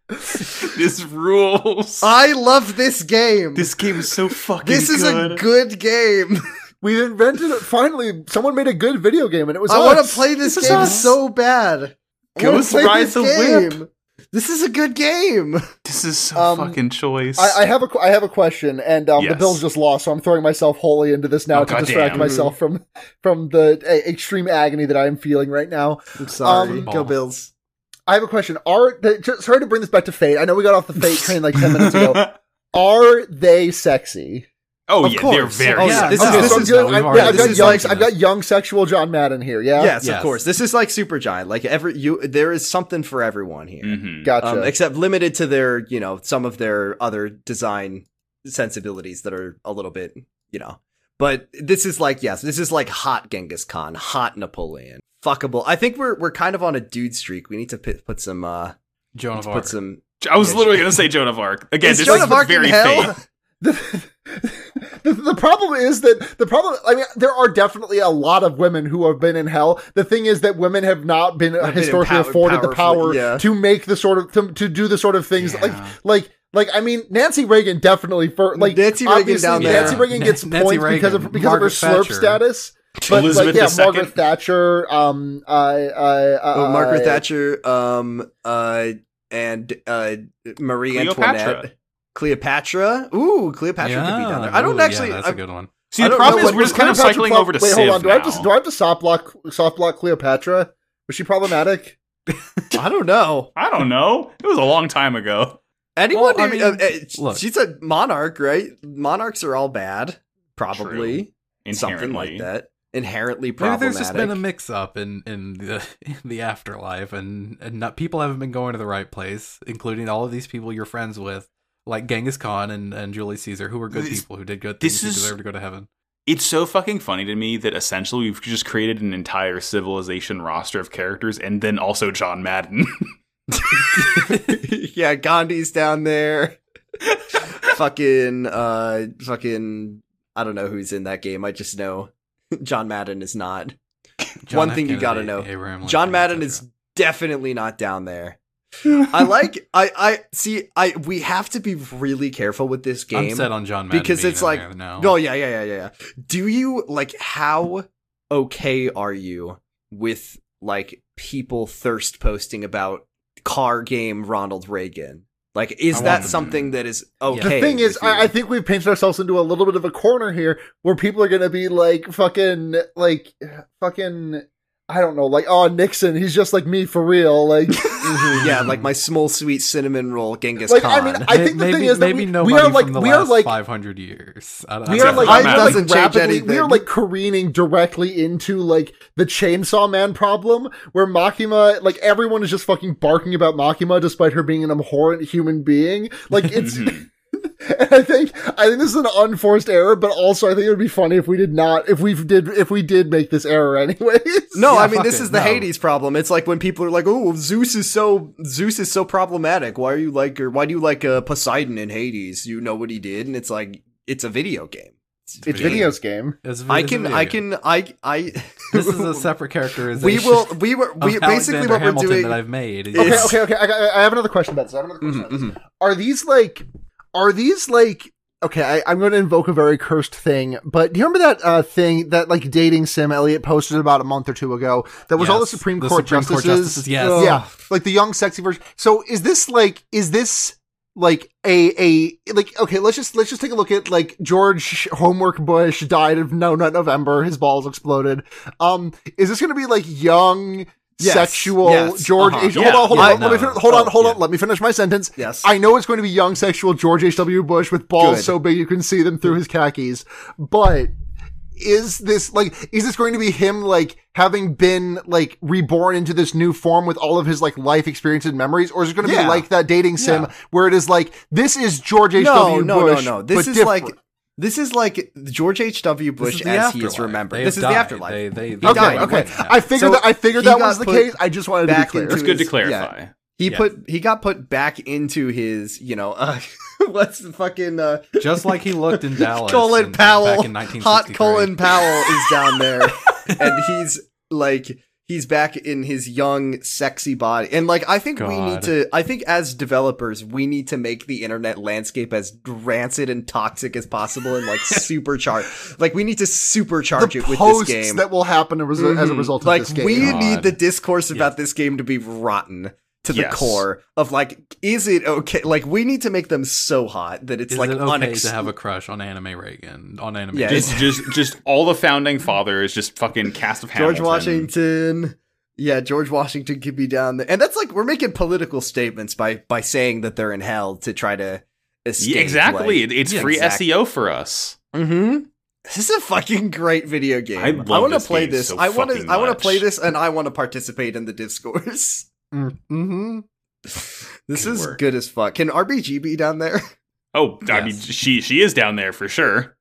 (laughs) this rules. I love this game. This, this game is so fucking. Uh, is a good (laughs) game. We've invented it. Finally, someone made a good video game, and it was I want us. to play this This is game us. so bad. I wanna Ghost play Ride this the Whip. game. This is a good game. This is so Um, fucking choice. I, I have a qu- I have a question, and um, the Yes. Bills just lost, so I'm throwing myself wholly into this now Oh, to distract goddamn. myself from from the uh, extreme agony that I am feeling right now. I'm sorry. Um, Go Bills. I have a question. Are th- ju- sorry to bring this back to Fate. I know we got off (laughs) the Fate train like ten minutes ago. Are they sexy? oh Of yeah, they're course. very. Oh, yeah, This no, is- okay, this so I'm is- good. no, we've I've, already- yeah, I've this got is young, like- I've got young sexual John Madden here. Yeah, yes, of Yes. course. This is like Super Giant. Like every you, there is something for everyone here, Mhm. gotcha. um, except limited to their, you know, some of their other design sensibilities that are a little bit, you know. But this is like yes, this is like hot Genghis Khan, hot Napoleon, fuckable. I think we're we're kind of on a dude streak. We need to put, put some uh Joan of Arc. put some. I was Yeah, literally she- gonna say Joan of Arc again. is this Joan is of Arc in very hell? fake. the, (laughs) the, the problem is that the problem i mean there are definitely a lot of women who have been in hell the thing is that women have not been Have been historically empowered- afforded the power powerfully, yeah. to make the sort of to, to do the sort of things that, Yeah. like like like i mean nancy reagan definitely for like Nancy Reagan obviously down there. nancy reagan gets Nancy points because Reagan, of because Margaret of her slurp Thatcher. status but Elizabeth like yeah II. margaret thatcher um uh, uh, uh Oh, Margaret uh, Thatcher, um, uh, and uh, Marie Cleopatra. Antoinette, Cleopatra. Ooh, Cleopatra could be down there. I don't ooh, yeah, actually. that's I- a good one. See, I the don't problem know is what- we're just kind of Cleopatra cycling pro- over to wait, Civ hold on. Do I now. have to do I have to soft block soft block Cleopatra? Was she problematic? (laughs) I don't know. I don't know. It was a long time ago. Anyone? Well, I who- mean, uh, uh, sh- look. she's a monarch, right? Monarchs are all bad, probably something like Inherently. that. Inherently Maybe problematic. there's just been a mix-up in in the (laughs) in the afterlife, and and not, people haven't been going to the right place, including all of these people you're friends with like Genghis Khan and, and Julius Caesar, who were good This- people who did good this things, who is- deserve to go to heaven. It's so fucking funny to me that essentially we've just created an entire civilization roster of characters and then also John Madden. (laughs) (laughs) (laughs) yeah, Gandhi's down there. fucking uh fucking I don't know who's in that game. I just know (laughs) John Madden is not. One thing you gotta know, Abraham John Lincoln, Madden etc. is definitely not down (laughs) there. I like I I see I we have to be really careful with this game. I'm set on John Madden because being it's in like- there now. No, yeah, yeah, yeah, yeah, yeah. Do you like how okay are you with like people thirst posting about car game Ronald Reagan? Like, I is want that them- something that is The okay? the thing is, with you? I, I think we've painted ourselves into a little bit of a corner here, where people are going to be like, fucking, like, fucking, I don't know, like, oh Nixon, he's just like me for real, like, yeah, like my small sweet cinnamon roll Genghis Like, I Khan. mean, I May- think the maybe, thing is that maybe we- nobody we are like from the we last are like 500 years. I don't, we That's are it. like, That we are, doesn't like change rapidly we are anything. like careening directly into like the chainsaw man problem where Makima like everyone is just fucking barking about Makima despite her being an abhorrent human being. Like (laughs) it's (laughs) and I think I think this is an unforced error, but also I think it would be funny if we did not if we did if we did make this error anyways. no, Yeah, I mean fuck this it, is the no. Hades problem. It's like when people are like, "Oh, Zeus is so Zeus is so problematic. Why are you like or why do you like uh, Poseidon in Hades? You know what he did?" And it's like it's a video game. It's videos game. It's a- I it's a can video I game. can I I (laughs) This (laughs) is a separate characterization. we will we were we of basically Alexander what Hamilton we're doing that (laughs) I've made. Okay, It's- okay, okay. I, got- I have another question about this. I have another question. Mhm, about this. mhm. are these like are these like okay I, i'm going to invoke a very cursed thing but do you remember that uh, thing that like dating sim elliot posted about a month or two ago that was all the Yes, supreme, the court, Supreme Court justices, justices, yes. yeah like the young sexy version so is this like is this like a a like okay let's just let's just take a look at like george homework bush died of no not november his balls exploded um is this going to be like young Yes, sexual yes, george uh-huh. H- Yeah, hold on hold yeah, on let me no. fin- hold on Oh, hold on yeah. let me finish my sentence Yes. I know it's going to be young sexual George H.W. Bush with balls Good. so big you can see them through his khakis, but is this like is this going to be him like having been like reborn into this new form with all of his like life experience and memories or is it going to be Yeah. like that dating sim Yeah. where it is like this is George no, H.W. no, Bush no, no. This but is different. like this is like George H. W. Bush as he is remembered. this is the afterlife. They, He they, okay died. okay Wait, I figured So that I figured he that got was the put case I just wanted to be back clear into- it's good to yeah. clarify. he Yeah. put he got put back into his you know (laughs) uh, what's the fucking uh, Just like he looked in Dallas. Colin in- Powell, Back in hot 1963. Colin Powell is (laughs) down there, and he's like he's back in his young, sexy body. And like I think we need God. to, I think as developers, we need to make the internet landscape as rancid and toxic as possible, (laughs) and like supercharge. Like we need to the supercharge it with this posts game. that will happen as a, as a Mhm. result like of this game we need God. the discourse about this game to be rotten to the Yes. core of like is it okay like we need to make them so hot that it's Is like it okay unex- to have a crush on Anime Reagan? On Anime Yeah, Reagan? Just, just, just all the founding fathers, just fucking cast of George Hamilton. Washington. Yeah, George Washington could be down there. And that's like we're making political statements by by saying that they're in hell to try to escape. Yeah, exactly. It- it's Yeah, free E exactly. SEO for us. Mm-hmm. This is a fucking great video game. I love want to this play game this. so I want to fucking I want to much. play this and I want to participate in the discourse. (laughs) Mm-hmm. This Good is work. good as fuck. Can RBG be down there? (laughs) Oh, I Yes. mean, she she is down there for sure.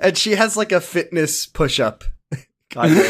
and she has like a fitness push-up. (laughs) kind (laughs) of.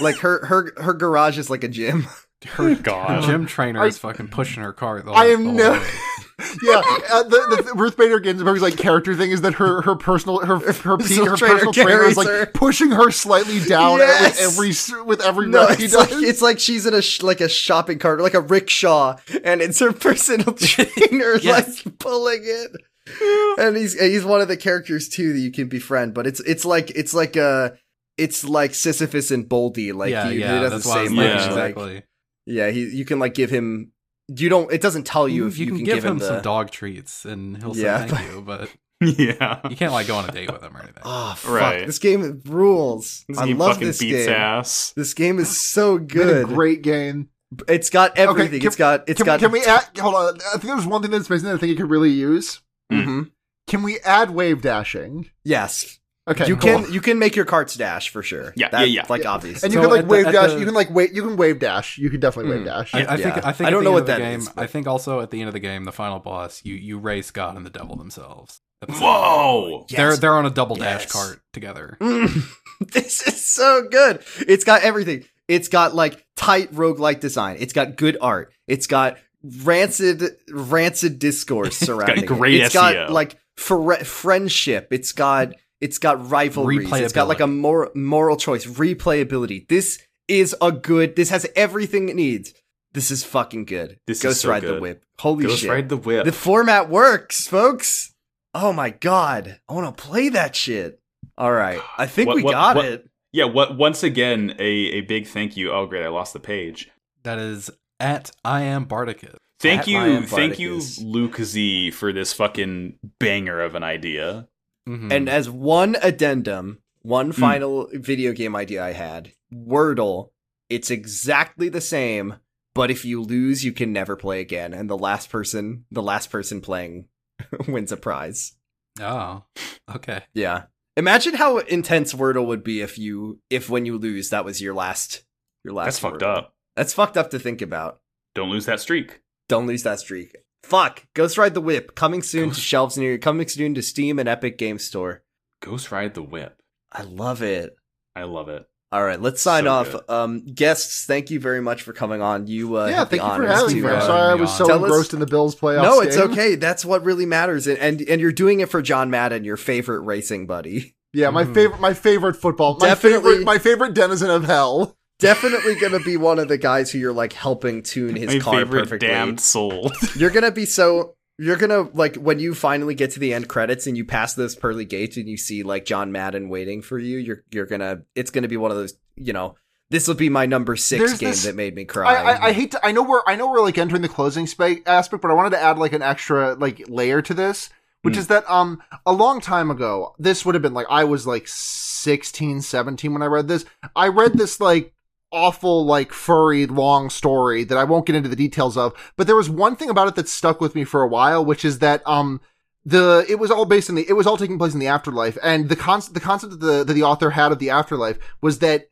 like her her her garage is like a gym. (laughs) Her God. gym trainer I- is fucking pushing her cart. The whole, I am the whole no- way. yeah, uh, the, the Ruth Bader Ginsburg's like character thing is that her her personal her her, pe- Personal her trainer personal trainer carries is like her. pushing her slightly down Yes. with every s- with (laughs) every No, rep he it's like, does. it's like she's in a sh- like a shopping cart, like a rickshaw, and it's her (laughs) personal trainer Yes. like pulling it. And he's and he's one of the characters too that you can befriend, but it's it's like it's like a it's like Sisyphus and Boldy, like yeah, you, yeah, it doesn't that's why I say was much. like, Yeah. like- exactly. yeah, he you can like give him you don't it doesn't tell you if you, Mm, can, can, give, him, the, some dog treats and he'll Yeah, say thank you, but yeah. you can't like go on a date with him or anything. Oh fuck! Right. This game rules. This I game love fucking this beats game. ass. This game is so Been a good. great game. it's got everything. can- it's got it's can, got. can we add? Hold on, I think there's one Mm-hmm. thing that's missing. That I think you could really use. Mhm. Can we add wave dashing? Yes. Okay, you cool. can you can make your carts dash for sure. Yeah, That- yeah, yeah. Like obvious. (laughs) And you So can like at the- wave at dash. the- You can like wait. You can wave dash. You can definitely wave Mm. dash. I, I think Yeah. I think I don't at the know end what of the that game, is, but- I think also at the end of the game, the final boss, you you race God and the devil themselves. At the same time. Whoa! Yes. They're they're on a double dash Yes. cart together. Mm. this is so good. It's got everything. It's got like tight roguelike design. It's got good art. It's got rancid rancid (laughs) discourse surrounding. it. great E It's got SEO. like fre- friendship. It's got it's got rivalries. It's got like a mor- moral choice, replayability. This is a good. This has everything it needs. This is fucking good. This is Ghost so Ride the good. Whip. Holy Ghost shit. ride the whip. The format works, folks. Oh my god. I want to play that shit. All right. I think What- we what- got what- it. yeah. What? Once again, a a big thank you. Oh great, I lost the page. That is at I am Barticus. Thank At Ryan you, thank you, Vargas. Luke Z, for this fucking banger of an idea. Hmm. Mhm. And as one addendum, one Mm. final video game idea I had Wordle. It's exactly the same, but if you lose, you can never play again. And the last person, the last person playing (laughs) wins a prize. oh, (laughs) okay. Yeah. Imagine how intense Wordle would be if you, if when you lose, that was your last, your last. That's fucked Wordle. up. That's fucked up to think about. Don't lose that streak. Don't lose that streak. Fuck. Ghost Ride the Whip. Coming soon to shelves near you. Coming soon to Steam and Epic Game Store. Ghost ride the whip. I love it. I love it. All right, let's sign So off. good. Um, guests, thank you very much for coming on. You uh, yeah, had the thank you for honors having to, me. for I'm uh, having sorry I me was on. so Tell us- engrossed in the Bills playoffs. No, it's game. okay. That's what really matters, and, and and you're doing it for John Madden, your favorite racing buddy. (laughs) Yeah, my Mhm. favorite, my favorite football, my Mm. Definitely. favorite, my favorite denizen of hell. Definitely gonna be one of the guys who you're like helping tune his My car favorite perfectly. (laughs) damned soul. You're gonna be so. You're gonna like when you finally get to the end credits and you pass those pearly gates and you see like John Madden waiting for you. You're you're gonna. It's gonna be one of those. You know, this will be my number six There's game this- that made me I, cry. I, I hate to. I know we're, I know we're like entering the closing space aspect, but I wanted to add like an extra like layer to this, which Mm. is that um a long time ago, this would have been like I was like 16, 17 when I read this. I read this like awful like furry long story that I won't get into the details of, but there was one thing about it that stuck with me for a while, which is that um the it was all based in the it was all taking place in the afterlife and the concept the concept that the that the author had of the afterlife was that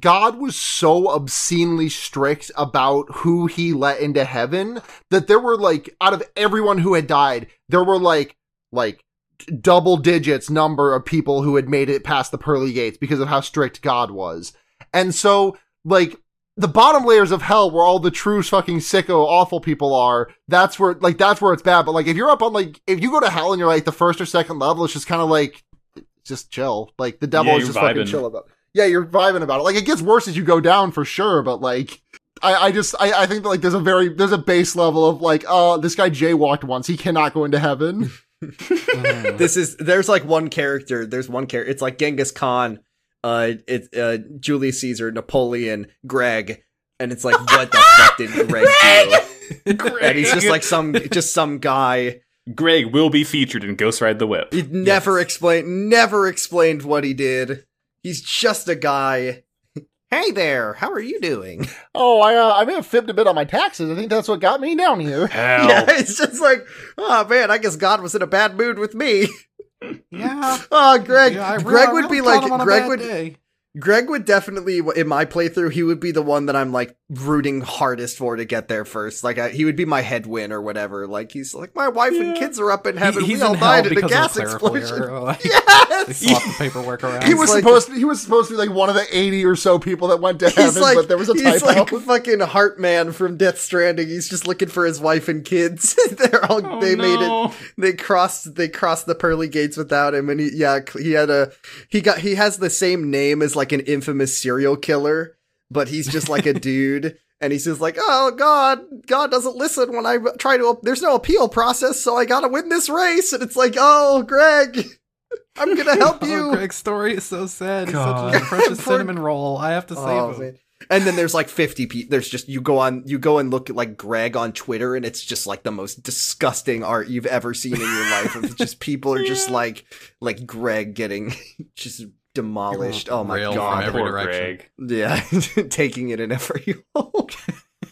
God was so obscenely strict about who he let into heaven that there were like out of everyone who had died there were like like d- double digits number of people who had made it past the pearly gates because of how strict God was and so like the bottom layers of hell where all the true fucking sicko awful people are that's where like that's where it's bad but like if you're up on like if you go to hell and you're like the first or second level it's just kind of like just chill like the devil Yeah, is you're just fucking vibing. chill about it. yeah you're vibing about it like it gets worse as you go down for sure but like I, I just I, I think that like there's a very there's a base level of like uh this guy jaywalked once he cannot go into heaven Mhm. this is there's like one character there's one character it's like genghis khan uh it uh julius caesar napoleon greg and it's like what the fuck did (laughs) greg do and he's just like some just some guy Greg will be featured in Ghost Ride the Whip. he never explained never explained what he did he's just a guy hey there how are you (laughs) doing oh I uh, I may have fibbed a bit on my taxes I think that's what got me (laughs) down here Hell. yeah it's just like oh man i guess god was in a bad mood with me (laughs) yeah. oh greg Yeah, I really- greg I would really be caught like him on a greg bad would day. Greg would definitely, in my playthrough, he would be the one that I'm like rooting hardest for to get there first. Like I, he would be my headwind or whatever. Like he's like, my wife and Yeah. kids are up in heaven. He- he's we all in hell died in a because gas of a clerical explosion. (laughs) error. Like, They Yes. swap the paperwork (laughs) around. he was like- supposed to, he was supposed to be like one of the eighty or so people that went to He's heaven like, but there was a he's typo like fucking Heartman from Death Stranding. He's just looking for his wife and kids. (laughs) They're all Oh, they made it no. they crossed they crossed the pearly gates without him and he yeah cl- he had a he got he has the same name as like an infamous serial killer but he's just (laughs) like a dude and he's just like oh god god doesn't listen when i try to there's no appeal process so i gotta win this race and it's like oh greg (laughs) i'm (laughs) gonna help Oh, you Greg's story is so sad. He's God. such a (laughs) precious Poor- cinnamon roll. I have to save Oh, (laughs) him. man. and then there's like 50 people there's just you go on you go and look at like greg on twitter and it's just like the most disgusting art you've ever seen in your life of just people are just like like greg getting (laughs) just demolished oh my Rail from god every Poor direction. Greg. yeah (laughs) taking it in every hole (laughs)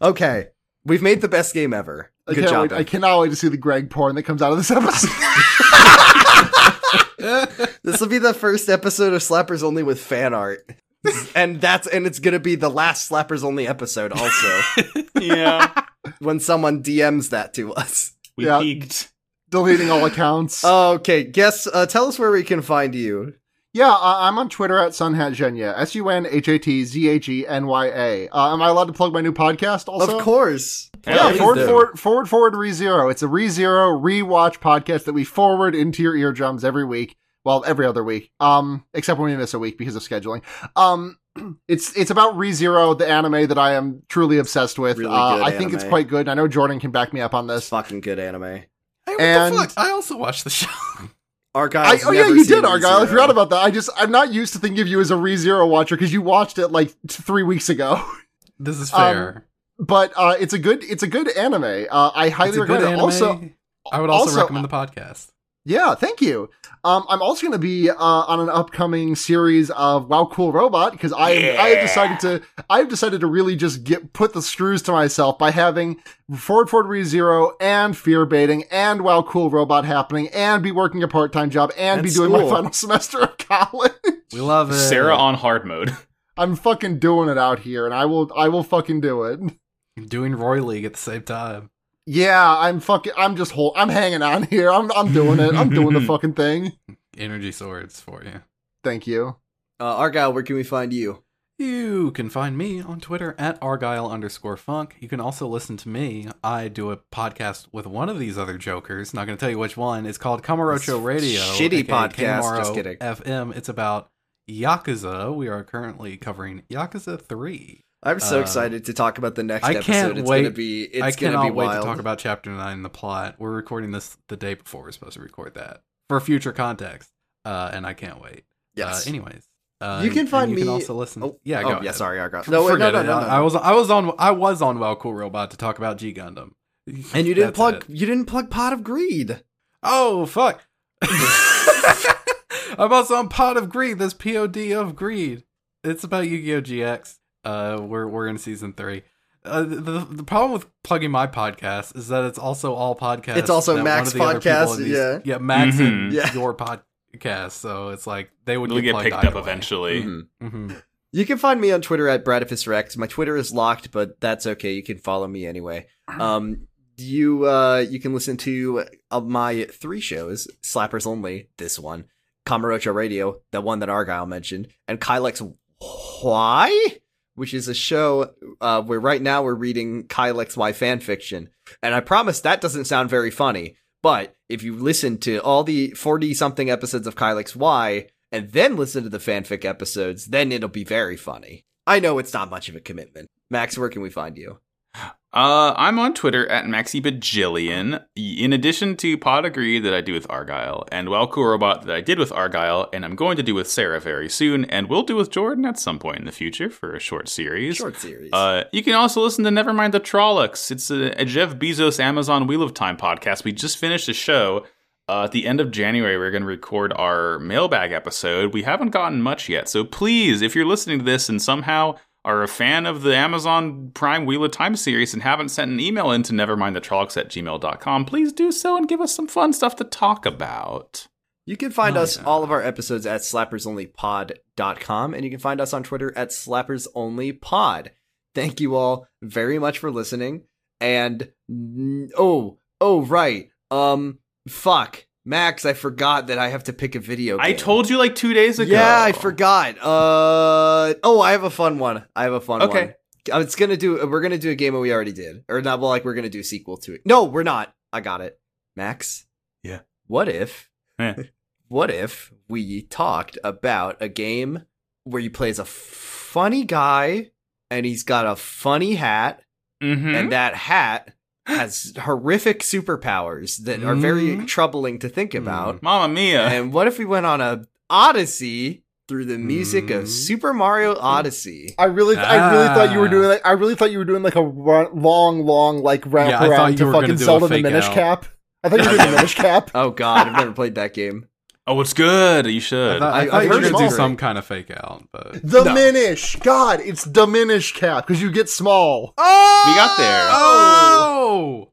okay we've made the best game ever (laughs) I good can't job wait, Ben. I cannot wait to see the Greg porn that comes out of this episode (laughs) This will be the first episode of Slappers Only with fan art. (laughs) and that's and it's gonna be the last Slappers Only episode also. yeah, when someone DMs that to (laughs) us. we Yeah. peaked. (laughs) Deleting all accounts. Okay, guess uh, tell us where we can find you. yeah, I- I'm on Twitter at sunhatjenya. S U N H A T Z A G N Y A. Uh, Am I allowed to plug my new podcast also? of course. Yeah, Yeah, please forward, do. forward, forward, forward, re zero. It's a re zero rewatch podcast that we forward into your eardrums every week. Well, every other week, um, except when we miss a week because of scheduling. Um, (clears throat) it's it's about re zero, the anime that I am truly obsessed with. Really uh, good I think it's anime. quite good. I know Jordan can back me up on That's this. fucking good anime. Hey, what And- the fuck? I also watched the show. Argyle. I, oh yeah, you did, Argyle. I forgot about that. I just I'm not used to thinking of you as a re zero watcher because you watched it like t- three weeks ago. (laughs) (laughs) This is Um, fair. But uh, it's a good it's a good anime. Uh, I highly it's a recommend good it. anime. Also, I would also, also- recommend the podcast. Yeah, thank you. Um, I'm also going to be uh, on an upcoming series of Wow Cool Robot because I I have decided to I have decided to really just get put the screws to myself by having Ford Ford Re Zero and fear baiting and Wow Cool Robot happening and be working a part time job and, And be doing school. my final (laughs) semester of college. We love it. Sarah on hard mode. I'm fucking doing it out here, and I will I will fucking do it. doing Roy League at the same time. Yeah, I'm fucking I'm just whole I'm hanging on here. I'm I'm doing it. I'm doing the fucking thing. Energy swords for you. Thank you. Uh, Argyle, where can we find you? You can find me on Twitter at Argyle underscore funk. You can also listen to me. I do a podcast with one of these other jokers. Not going to tell you which one. It's called Kamarocho Radio. shitty aka podcast, just Kamaro kidding. FM. It's about Yakuza. We are currently covering Yakuza 3. I'm so Uh, excited to talk about the next I episode. can't it's wait- gonna be it's I gonna cannot be wait wild. to talk about Chapter 9 and the plot. We're recording this the day before we're supposed to record that for future context. Uh, and I can't wait. yes. Uh, anyways. Uh, You and- can find and you me- can also listen. Oh, yeah, oh, go yeah, ahead. sorry, Argyle. No, No, wait, Forget no, no, it. no, no. I, I was I was on I was on Wow Cool Robot to talk about G Gundam. and you didn't That's plug it. you didn't plug Pot of Greed. Oh fuck! (laughs) I'm also on Pot of Greed. This POD of Greed. It's about Yu-Gi-Oh GX. Uh, we're we're in season three. Uh, the the problem with plugging my podcast is that it's also all podcasts. It's also that Mac's one of the other people podcast, in yeah. yeah, Max and Mhm. Yeah. your podcast. So it's like they would It'll get, get plugged picked either up way. eventually. Mhm. Mhm. You can find me on Twitter at Bradifus Rex. My Twitter is locked, but that's okay. You can follow me anyway. Um, you uh, you can listen to uh, my three shows: Slappers Only, this one, Kamarocho Radio, the one that Argyle mentioned, and Kylex Why, which is a show uh, where right now we're reading Kylex Why fan fiction, and I promise that doesn't sound very funny. But if you listen to all the forty something episodes of Kylex Why and then listen to the fanfic episodes, then it'll be very funny. I know it's not much of a commitment. Max, where can we find you? Uh, I'm on Twitter at MaxiBajillion. In addition to Pod Agree that I do with Argyle, and Well Cool Robot that I did with Argyle, and I'm going to do with Sarah very soon, and we will do with Jordan at some point in the future for a short series. Short series. Uh, you can also listen to Nevermind the Trollocs. It's a, a Jeff Bezos Amazon Wheel of Time podcast. We just finished a show. Uh, at the end of January, we're going to record our mailbag episode. We haven't gotten much yet. So please, if you're listening to this and somehow are a fan of the Amazon Prime Wheel of Time series and haven't sent an email into nevermindthetrollocs at gmail.com, please do so and give us some fun stuff to talk about. you can find oh, us yeah. all of our episodes at slappersonlypod.com and you can find us on Twitter at slappersonlypod. Thank you all very much for listening. And mm, oh, oh right. Um fuck. Max, I forgot that I have to pick a video game. I told you like two days ago. Yeah, I forgot. Uh oh, I have a fun one. I have a fun Okay. one. Uh, It's gonna do. We're gonna do a game that we already did, or not? Well, like we're gonna do a sequel to it. No, we're not. I got it, Max. Yeah. What if? Yeah. (laughs) What if we talked about a game where you play as a funny guy and he's got a funny hat, Mhm. and that hat has horrific superpowers that are very Hmm? Mhm. troubling to think about. Mamma mia. And what if we went on a odyssey through the music Mm. Mm-hmm. of Super Mario Odyssey? I really, I really thought you were Ah. doing like, I really thought you were doing like a run, long, long like wrap Yeah, I thought around you to were gonna fucking do a Zelda the fake Minish out. Cap. I thought you were doing the (laughs) Minish Cap. Oh God, I've never played that game. oh, it's good. You I should. thought, I I- thought I've you were heard gonna it's do great. some kind of fake out, but The No. Minish. God, it's the Minish Cap because you get small. we got there. oh,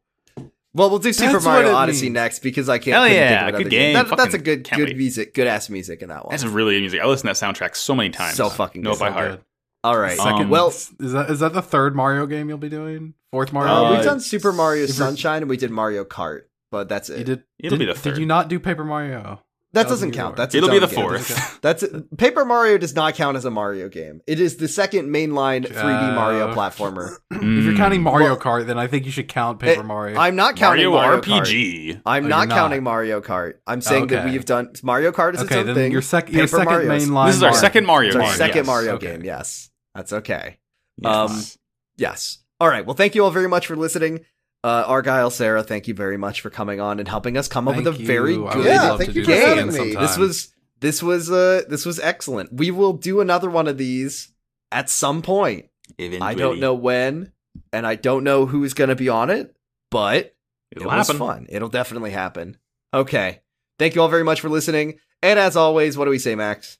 Well, we'll do Super That's Mario what it Odyssey means. next because I can't. Hell couldn't yeah, think of good another game. That, that's a Fucking good, can't good wait. music, good ass music in that one. That's really good music. I listened to that soundtrack so many times. So fucking know it good. by So heart. good. All right. Second- Um, well, is that is that the third Mario game you'll be doing? Fourth Mario? uh, Uh, we've done Super Mario Super- Sunshine and we did Mario Kart, but that's it. You did. It'll did, be the Did third. you not do Paper Mario? that Thousand doesn't Year count. Door. That's its It'll be own the game. fourth. That's Paper Mario does not count as a Mario game. It is the second mainline 3D Mario Uh, platformer. (laughs) If you're counting Mario Hmm. Well- Kart, then I think you should count Paper Eh, Mario. I'm not counting Mario, Mario, Kart. RPG. I'm Oh, not, you're not. Oh, counting Mario Kart. I'm saying that Okay. we've done Mario Kart is its okay, own then thing. your, sec- your Paper second Mario's- main line. This is our Mario. second Mario it's our game, second yes. Mario Okay. game. Yes, that's okay. Um, Yes. Yes. All right. Well, thank you all very much for listening. Uh, Argyle, Sarah, thank you very much for coming on and helping us come up Thank with a very you. I good would Yeah, love thank to you do this game. again sometime. This was this was uh this was excellent. We will do another one of these at some point. I don't Eventually. know when, and I don't know who's going to be on it, but It'll it was happen. fun. It'll definitely happen. Okay. Thank you all very much for listening. And as always, what do we say, Max?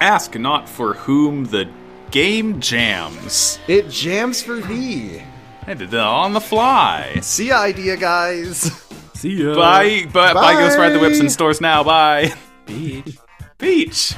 Ask not for whom the game jams. It jams for thee. I did that on the fly. See ya, idea, guys. See ya. Bye. Bye. Bye. Ghost Ride the Whips in stores now. Bye. Beach. Peach.